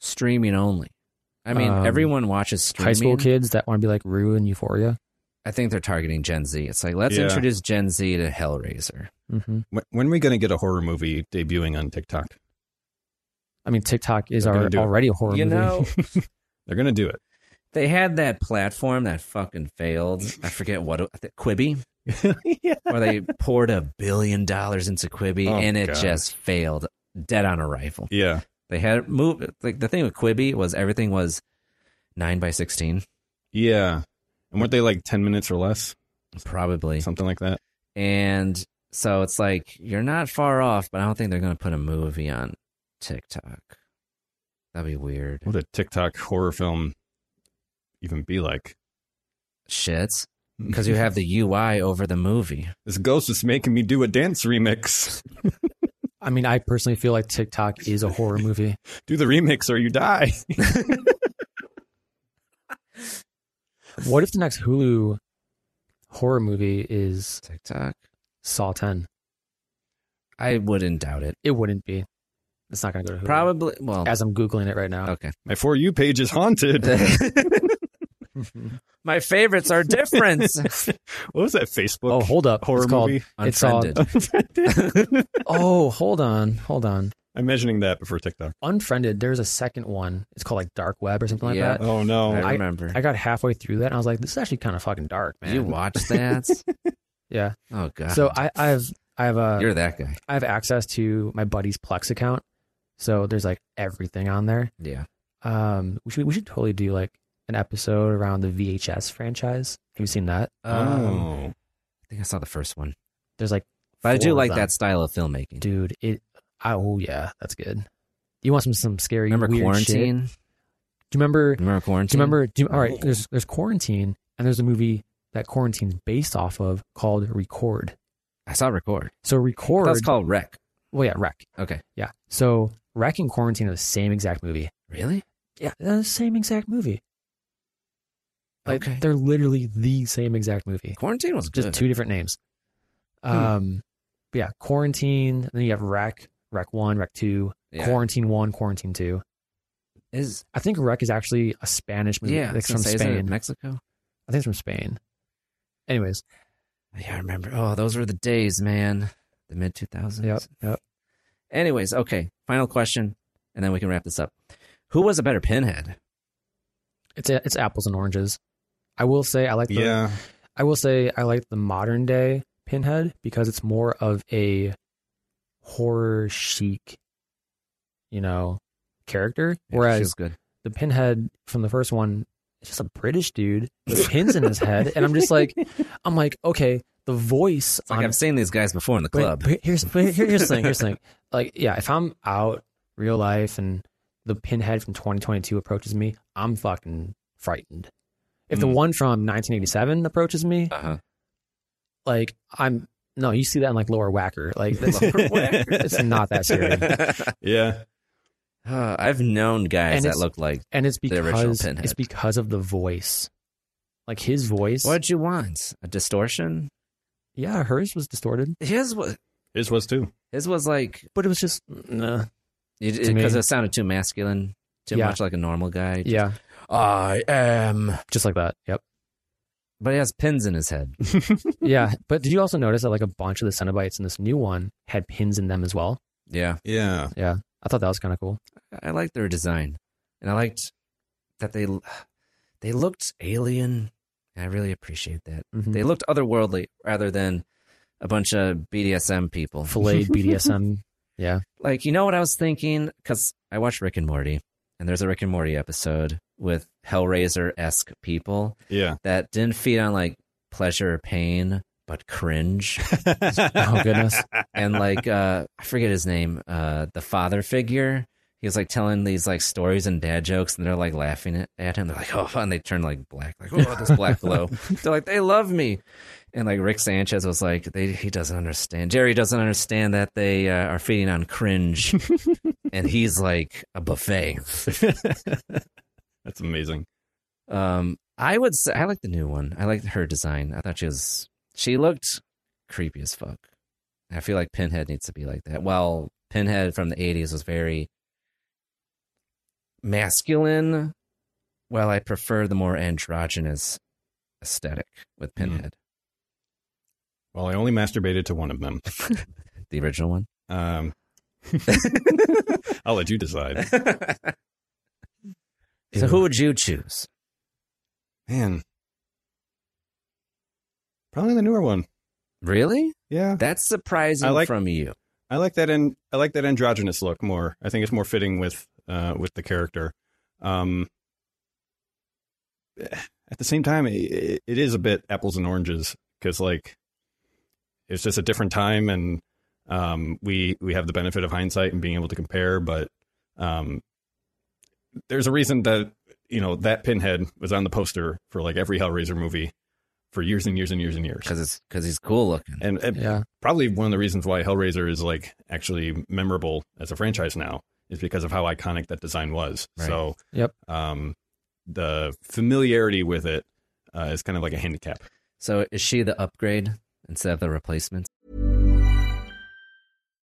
S3: streaming only? I mean,
S5: Um,
S3: everyone watches streaming.
S5: High school kids that want to be like Rue and Euphoria.
S3: I think they're targeting Gen Z. It's like let's
S4: Yeah.
S3: introduce Gen Z to Hellraiser.
S5: hmm
S4: Wh- when are we going to get a horror movie debuting on TikTok?
S5: I mean, TikTok is
S4: They're gonna
S5: our,
S4: do it.
S5: already a horror
S3: you
S5: movie.
S3: know,
S4: They're going to do it.
S3: they had that platform that fucking failed. I forget what it- I think Quibi,
S4: yeah.
S3: where they poured a billion dollars into Quibi
S4: Oh,
S3: and it
S4: God.
S3: just failed, dead on arrival.
S4: Yeah.
S3: They had it move like the thing with Quibi was everything was nine by sixteen,
S4: Yeah. And weren't they like 10 minutes or less?
S3: probably.
S4: Something like that.
S3: And so it's like you're not far off, but I don't think they're going to put a movie on TikTok. That'd be weird.
S4: What a TikTok horror film even be like?
S3: Shits. Because you have the UI over the movie.
S4: This ghost is making me do a dance remix.
S5: I mean, I personally feel like TikTok is a horror movie.
S4: Do the remix or you die.
S5: What if the next Hulu horror movie is
S3: TikTok.
S5: Saw 10?
S3: I wouldn't doubt it.
S5: It wouldn't be. It's not going to go to Hulu.
S3: Probably. Well,
S5: As I'm Googling it right now.
S3: okay.
S4: My For You page is haunted. what
S3: My favorites are different.
S4: was that Facebook?
S5: Oh, hold up.
S4: Horror
S5: it's called,
S4: movie?
S5: It's called,
S3: Unfriended.
S5: oh, hold on. Hold on.
S4: I'm mentioning that before TikTok.
S5: Unfriended, there's a second one. It's called like Dark Web or something like
S3: Yeah.
S5: that.
S4: Oh, no.
S3: I remember.
S5: I got halfway through that and I was like, this is actually kind of fucking dark, man.
S3: you watched that?
S5: yeah.
S3: Oh god.
S5: So I, I have I have a
S3: you're that guy.
S5: I have access to my buddy's Plex account. So there's like everything on there.
S3: Yeah.
S5: Um, we should we should totally do like an episode around the VHS franchise. Have you seen that? Uh,
S3: Um,
S4: oh.
S3: I think I saw the first one,
S5: There's like,
S3: but I do
S5: four of
S3: like
S5: them.
S3: that style of filmmaking.
S5: dude. It. I, oh yeah, that's good. You want some some scary?
S3: remember
S5: weird Shit?
S3: quarantine?
S5: Do you remember? Do
S3: Remember
S5: you
S3: quarantine? Oh.
S5: remember? Do you, all right. There's there's quarantine, and there's a movie that quarantine's based off of called Record.
S3: I saw record.
S5: So Record.
S3: That's called Rec.
S5: Well, yeah, Wreck.
S3: Okay.
S5: Yeah. So Wreck and Quarantine are the same exact movie.
S3: Really?
S5: Yeah, they're the same exact movie. Like
S3: Okay.
S5: they're literally the same exact movie.
S3: Quarantine was good.
S5: just two different names.
S3: Hmm.
S5: Um, but yeah, quarantine. And then you have rec, rec one, rec two,
S3: Yeah.
S5: quarantine one, quarantine two.
S3: is
S5: I think rec is actually a Spanish movie.
S3: yeah. I was
S5: it's
S3: gonna
S5: from
S3: say, isn't it
S5: Spain.
S3: Mexico.
S5: I think it's from Spain. Anyways,
S3: Yeah, I remember. Oh, those were the days, man. The mid two thousands.
S5: yep, yep.
S3: Anyways, okay. Final question, and then we can wrap this up. Who was a better pinhead?
S5: It's it's apples and oranges. I will say I like the
S4: Yeah.
S5: I will say I like the modern day Pinhead because it's more of a horror chic, you know, character.
S3: Yeah, she
S5: Whereas
S3: was good.
S5: the pinhead from the first one is just a British dude with pins in his head, and I'm just like, I'm like, okay, the voice
S3: It's like
S5: on
S3: I've seen these guys before in the
S5: but-
S3: club.
S5: but here's but here- here's the thing, here's the thing, like yeah, if I'm out real life and the pinhead from 2022 approaches me, I'm fucking frightened. If the
S4: Mm.
S5: one from 1987 approaches me,
S3: Uh huh.
S5: like I'm no, you see that in like Lower Wacker, like that's- it's not that serious.
S4: yeah.
S3: Uh, I've known guys
S5: And
S3: that
S5: it's-
S3: look like.
S5: and it's
S3: The original
S5: because
S3: Pinhead.
S5: it's because of the voice, like his voice.
S3: What'd you want? A distortion?
S5: Yeah, hers was distorted,
S3: His was.
S4: His was too.
S3: His was like
S5: but it was just nah. To
S3: because
S5: me.
S3: it sounded too masculine, too
S5: Yeah.
S3: much like a normal guy.
S5: yeah,
S3: I am.
S5: just like that. Yep.
S3: But he has pins in his head.
S5: yeah, but did you also notice that like a bunch of the Cenobites in this new one had pins in them as well?
S3: Yeah.
S4: Yeah.
S5: Yeah, I thought that was kind of cool.
S3: I liked their design, and I liked that they they looked alien. and I really appreciate that
S5: Mhm.
S3: they looked otherworldly rather than a bunch of BDSM people.
S5: filleted BDSM. Yeah.
S3: like you know what I was thinking because I watched Rick and Morty, and there's a Rick and Morty episode with Hellraiser esque people
S4: Yeah.
S3: that didn't feed on like pleasure or pain, but cringe
S5: Oh goodness.
S3: and like uh, I forget his name, uh, the father figure. He was like telling these like stories and dad jokes, and they're like laughing at, at him. They're like, "Oh," and they turn like black, like, "Oh, this black glow." they're like, "They love me," and like Rick Sanchez was like, they, "He doesn't understand. Jerry doesn't understand that they uh, are feeding on cringe, and he's like a buffet."
S4: That's amazing.
S3: Um, I would say I like the new one. I liked her design. I thought she was she looked creepy as fuck. I feel like Pinhead needs to be like that. Well, Pinhead from the '80s was very masculine. Well, I prefer the more androgynous aesthetic with
S4: Hmm.
S3: Pinhead,
S4: Well, I only masturbated to one of them.
S3: the original one.
S4: Um, I'll let you decide.
S3: So, who would you choose?
S4: Man. Probably the newer one.
S3: Really?
S4: Yeah.
S3: That's surprising
S4: I like-
S3: from you.
S4: I like that and I like that androgynous look more. I think it's more fitting with uh with the character. Um at the same time i- i it is a bit apples and oranges cuz like it's just a different time and um we we have the benefit of hindsight and being able to compare but um there's a reason that you know that pinhead was on the poster for like every Hellraiser movie for years and years and years and years.
S3: Because it's because he's cool looking.
S4: And, and
S5: Yeah.
S4: probably one of the reasons why Hellraiser is like actually memorable as a franchise now is because of how iconic that design was.
S3: Right.
S4: So,
S5: Yep.
S4: um, the familiarity with it uh, is kind of like a handicap.
S3: So is she the upgrade instead of the replacement?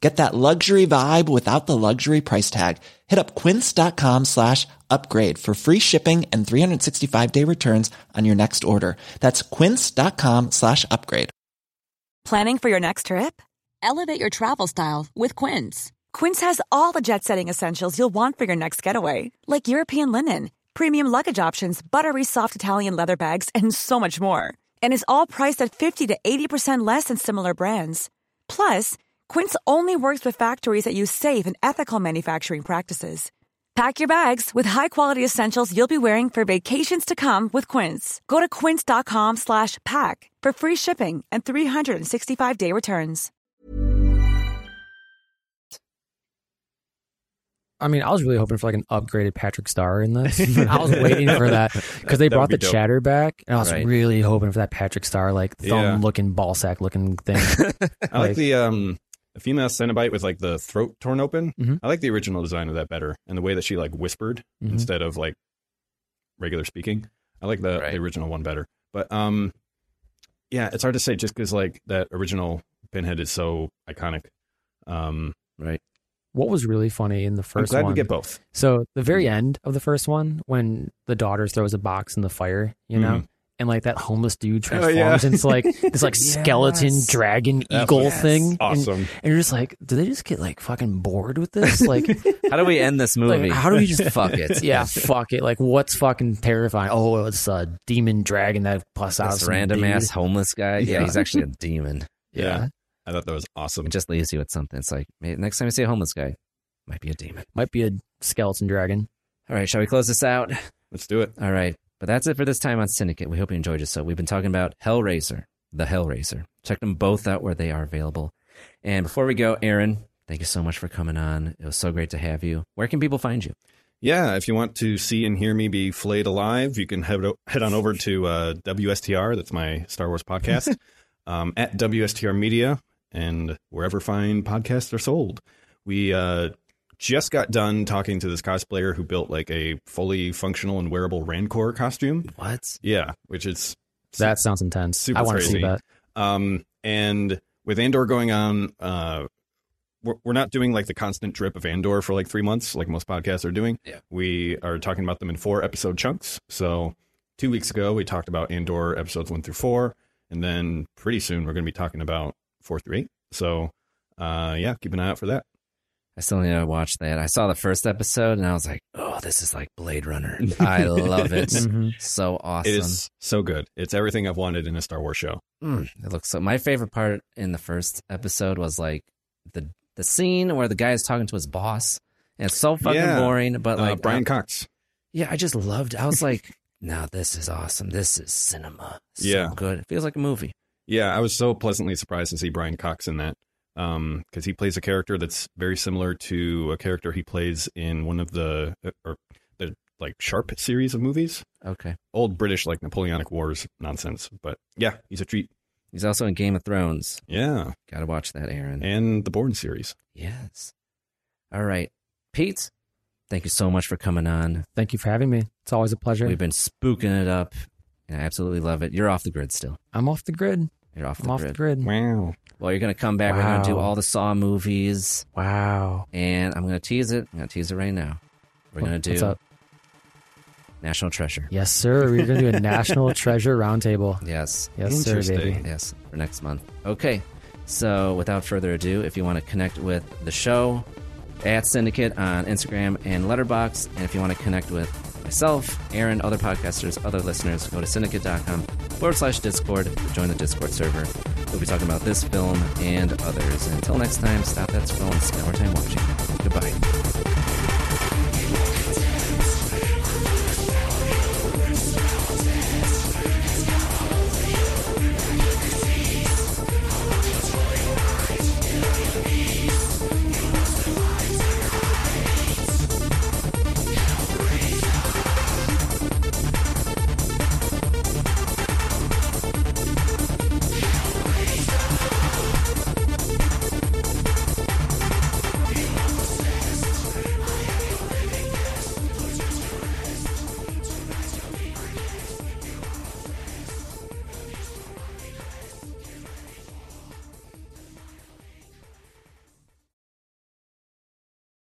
S7: Get that luxury vibe without the luxury price tag. Hit up quince.com slash upgrade for free shipping and 365 day returns on your next order. That's quince.com slash upgrade.
S8: Planning for your next trip?
S9: Elevate your travel style with Quince.
S8: Quince has all the jet setting essentials you'll want for your next getaway, like European linen, premium luggage options, buttery soft Italian leather bags, and so much more. And is all priced at 50 to 80% less than similar brands. Plus, Quince only works with factories that use safe and ethical manufacturing practices. Pack your bags with high-quality essentials you'll be wearing for vacations to come with Quince. Go to quince.com/pack slash pack for free shipping and 365-day returns.
S5: I mean, I was really hoping for like an upgraded Patrick Star in this. I was waiting for that because they
S4: That
S5: brought the
S4: would be dope.
S5: chatter back, and I was
S3: Right.
S5: really hoping for that Patrick Star like thumb
S4: Yeah.
S5: looking ball sack looking thing.
S4: I like
S5: Like-
S4: the um, the female Cenobite with like the throat torn open.
S3: Mm-hmm.
S5: Mhm.
S4: I like the original design of that better, and the way that she like whispered
S5: Mhm.
S4: instead of like regular speaking. I like the,
S3: Right.
S4: the original one better, but um, yeah, it's hard to say just because like that original Pinhead is so iconic. Um,
S3: Right.
S5: what was really funny in the
S4: i I'm
S5: first
S4: glad
S5: one?
S4: we get both.
S5: So the very
S3: Mm-hmm.
S5: end of the first one, when the daughter throws a box in the fire, you know,
S4: Mhm.
S5: and like that homeless dude
S4: Oh,
S5: transforms
S4: yeah.
S5: into like this like skeleton
S3: Mm-hmm. Yes.
S5: dragon
S4: That
S5: eagle
S4: was
S5: thing. And-
S4: Awesome.
S5: And, you're just like, do they just get like fucking bored with this? Like,
S3: How do we end this movie?
S5: Like, how do we just-
S3: fuck it?
S5: yeah, fuck it. Like, what's fucking terrifying? Oh, it's a demon dragon that plus out
S3: this
S5: some
S3: random
S5: dude.
S3: ass homeless guy. Yeah, he's actually a demon.
S5: Yeah.
S4: Yeah. I thought that was awesome.
S3: It just leaves you with something. It's like "Hey, next time you see a homeless guy, might be a demon.
S5: might be a skeleton dragon.
S3: All right, shall we close this out?
S4: Let's do it.
S3: All right, but that's it for this time on Syndicate. We hope you enjoyed it. So we've been talking about Hellraiser, the Hellraiser. Check them both out where they are available. And before we go, Aaron, thank you so much for coming on. It was so great to have you. Where can people find you?
S4: Yeah, if you want to see and hear me be flayed alive, you can head, o- head on over to uh, WSTR. That's my Star Wars podcast um, at WSTR Media and wherever fine podcasts are sold. We uh, just got done talking to this cosplayer who built like a fully functional and wearable Rancor costume.
S3: What?
S4: Yeah, which is
S10: That sounds intense. I want to see that.
S4: um, and with Andor going on, uh, we're, we're not doing like the constant drip of Andor for like three months, like most podcasts are doing.
S3: Yeah.
S4: We are talking about them in four episode chunks. So two weeks ago, we talked about Andor episodes one through four, and then pretty soon we're going to be talking about four through eight. So uh, yeah, keep an eye out for that.
S3: I still need to watch that. I saw the first episode and I was like, oh, this is like Blade Runner. I love it.
S4: Mhm.
S3: So awesome.
S4: It is so good. It's everything I've wanted in a Star Wars show.
S3: Mm, it looks so. My favorite part in the first episode was like the the scene where the guy is talking to his boss. And it's so fucking
S4: Yeah.
S3: boring, but
S4: Uh,
S3: like
S4: Brian
S3: I-
S4: Cox.
S3: Yeah, I just loved. I was like, now this is awesome. This is cinema. So
S4: Yeah.
S3: good. It feels like a movie.
S4: Yeah, I was so pleasantly surprised to see Brian Cox in that because he plays a character that's very similar to a character he plays in one of the uh, or the like Sharp series of movies,
S3: Okay.
S4: old British like Napoleonic Wars nonsense. But yeah, he's a treat.
S3: He's also in Game of Thrones.
S4: Yeah,
S3: gotta watch that, Aaron.
S4: And the Bourne series.
S3: Yes. All right. Pete, thank you so much for coming on.
S10: Thank you for having me. It's always a pleasure.
S3: We've been spooking it up. And I absolutely love it. You're off the grid still.
S10: I'm off the grid.
S3: You're off the
S10: I'm off
S3: grid.
S10: the grid.
S4: Wow.
S3: Well, you're going to come back. We're going to do
S10: Wow.
S3: all the Saw movies.
S10: Wow.
S3: And I'm going to tease it. I'm going to tease it right now. We're
S10: What-
S3: going to
S10: what's
S3: do
S10: up?
S3: National Treasure.
S10: Yes, sir. We're going to do a National Treasure Roundtable.
S3: Yes.
S10: Yes, sir, baby.
S3: Yes, for next month. Okay. So without further ado, if you want to connect with the show at Syndicate on Instagram and Letterbox, and if you want to connect with myself, Aaron, other podcasters, other listeners, go to syndicate.com forward slash Discord, join the Discord server. We'll be talking about this film and others. And until next time, stop that scroll and spend more time watching. Goodbye.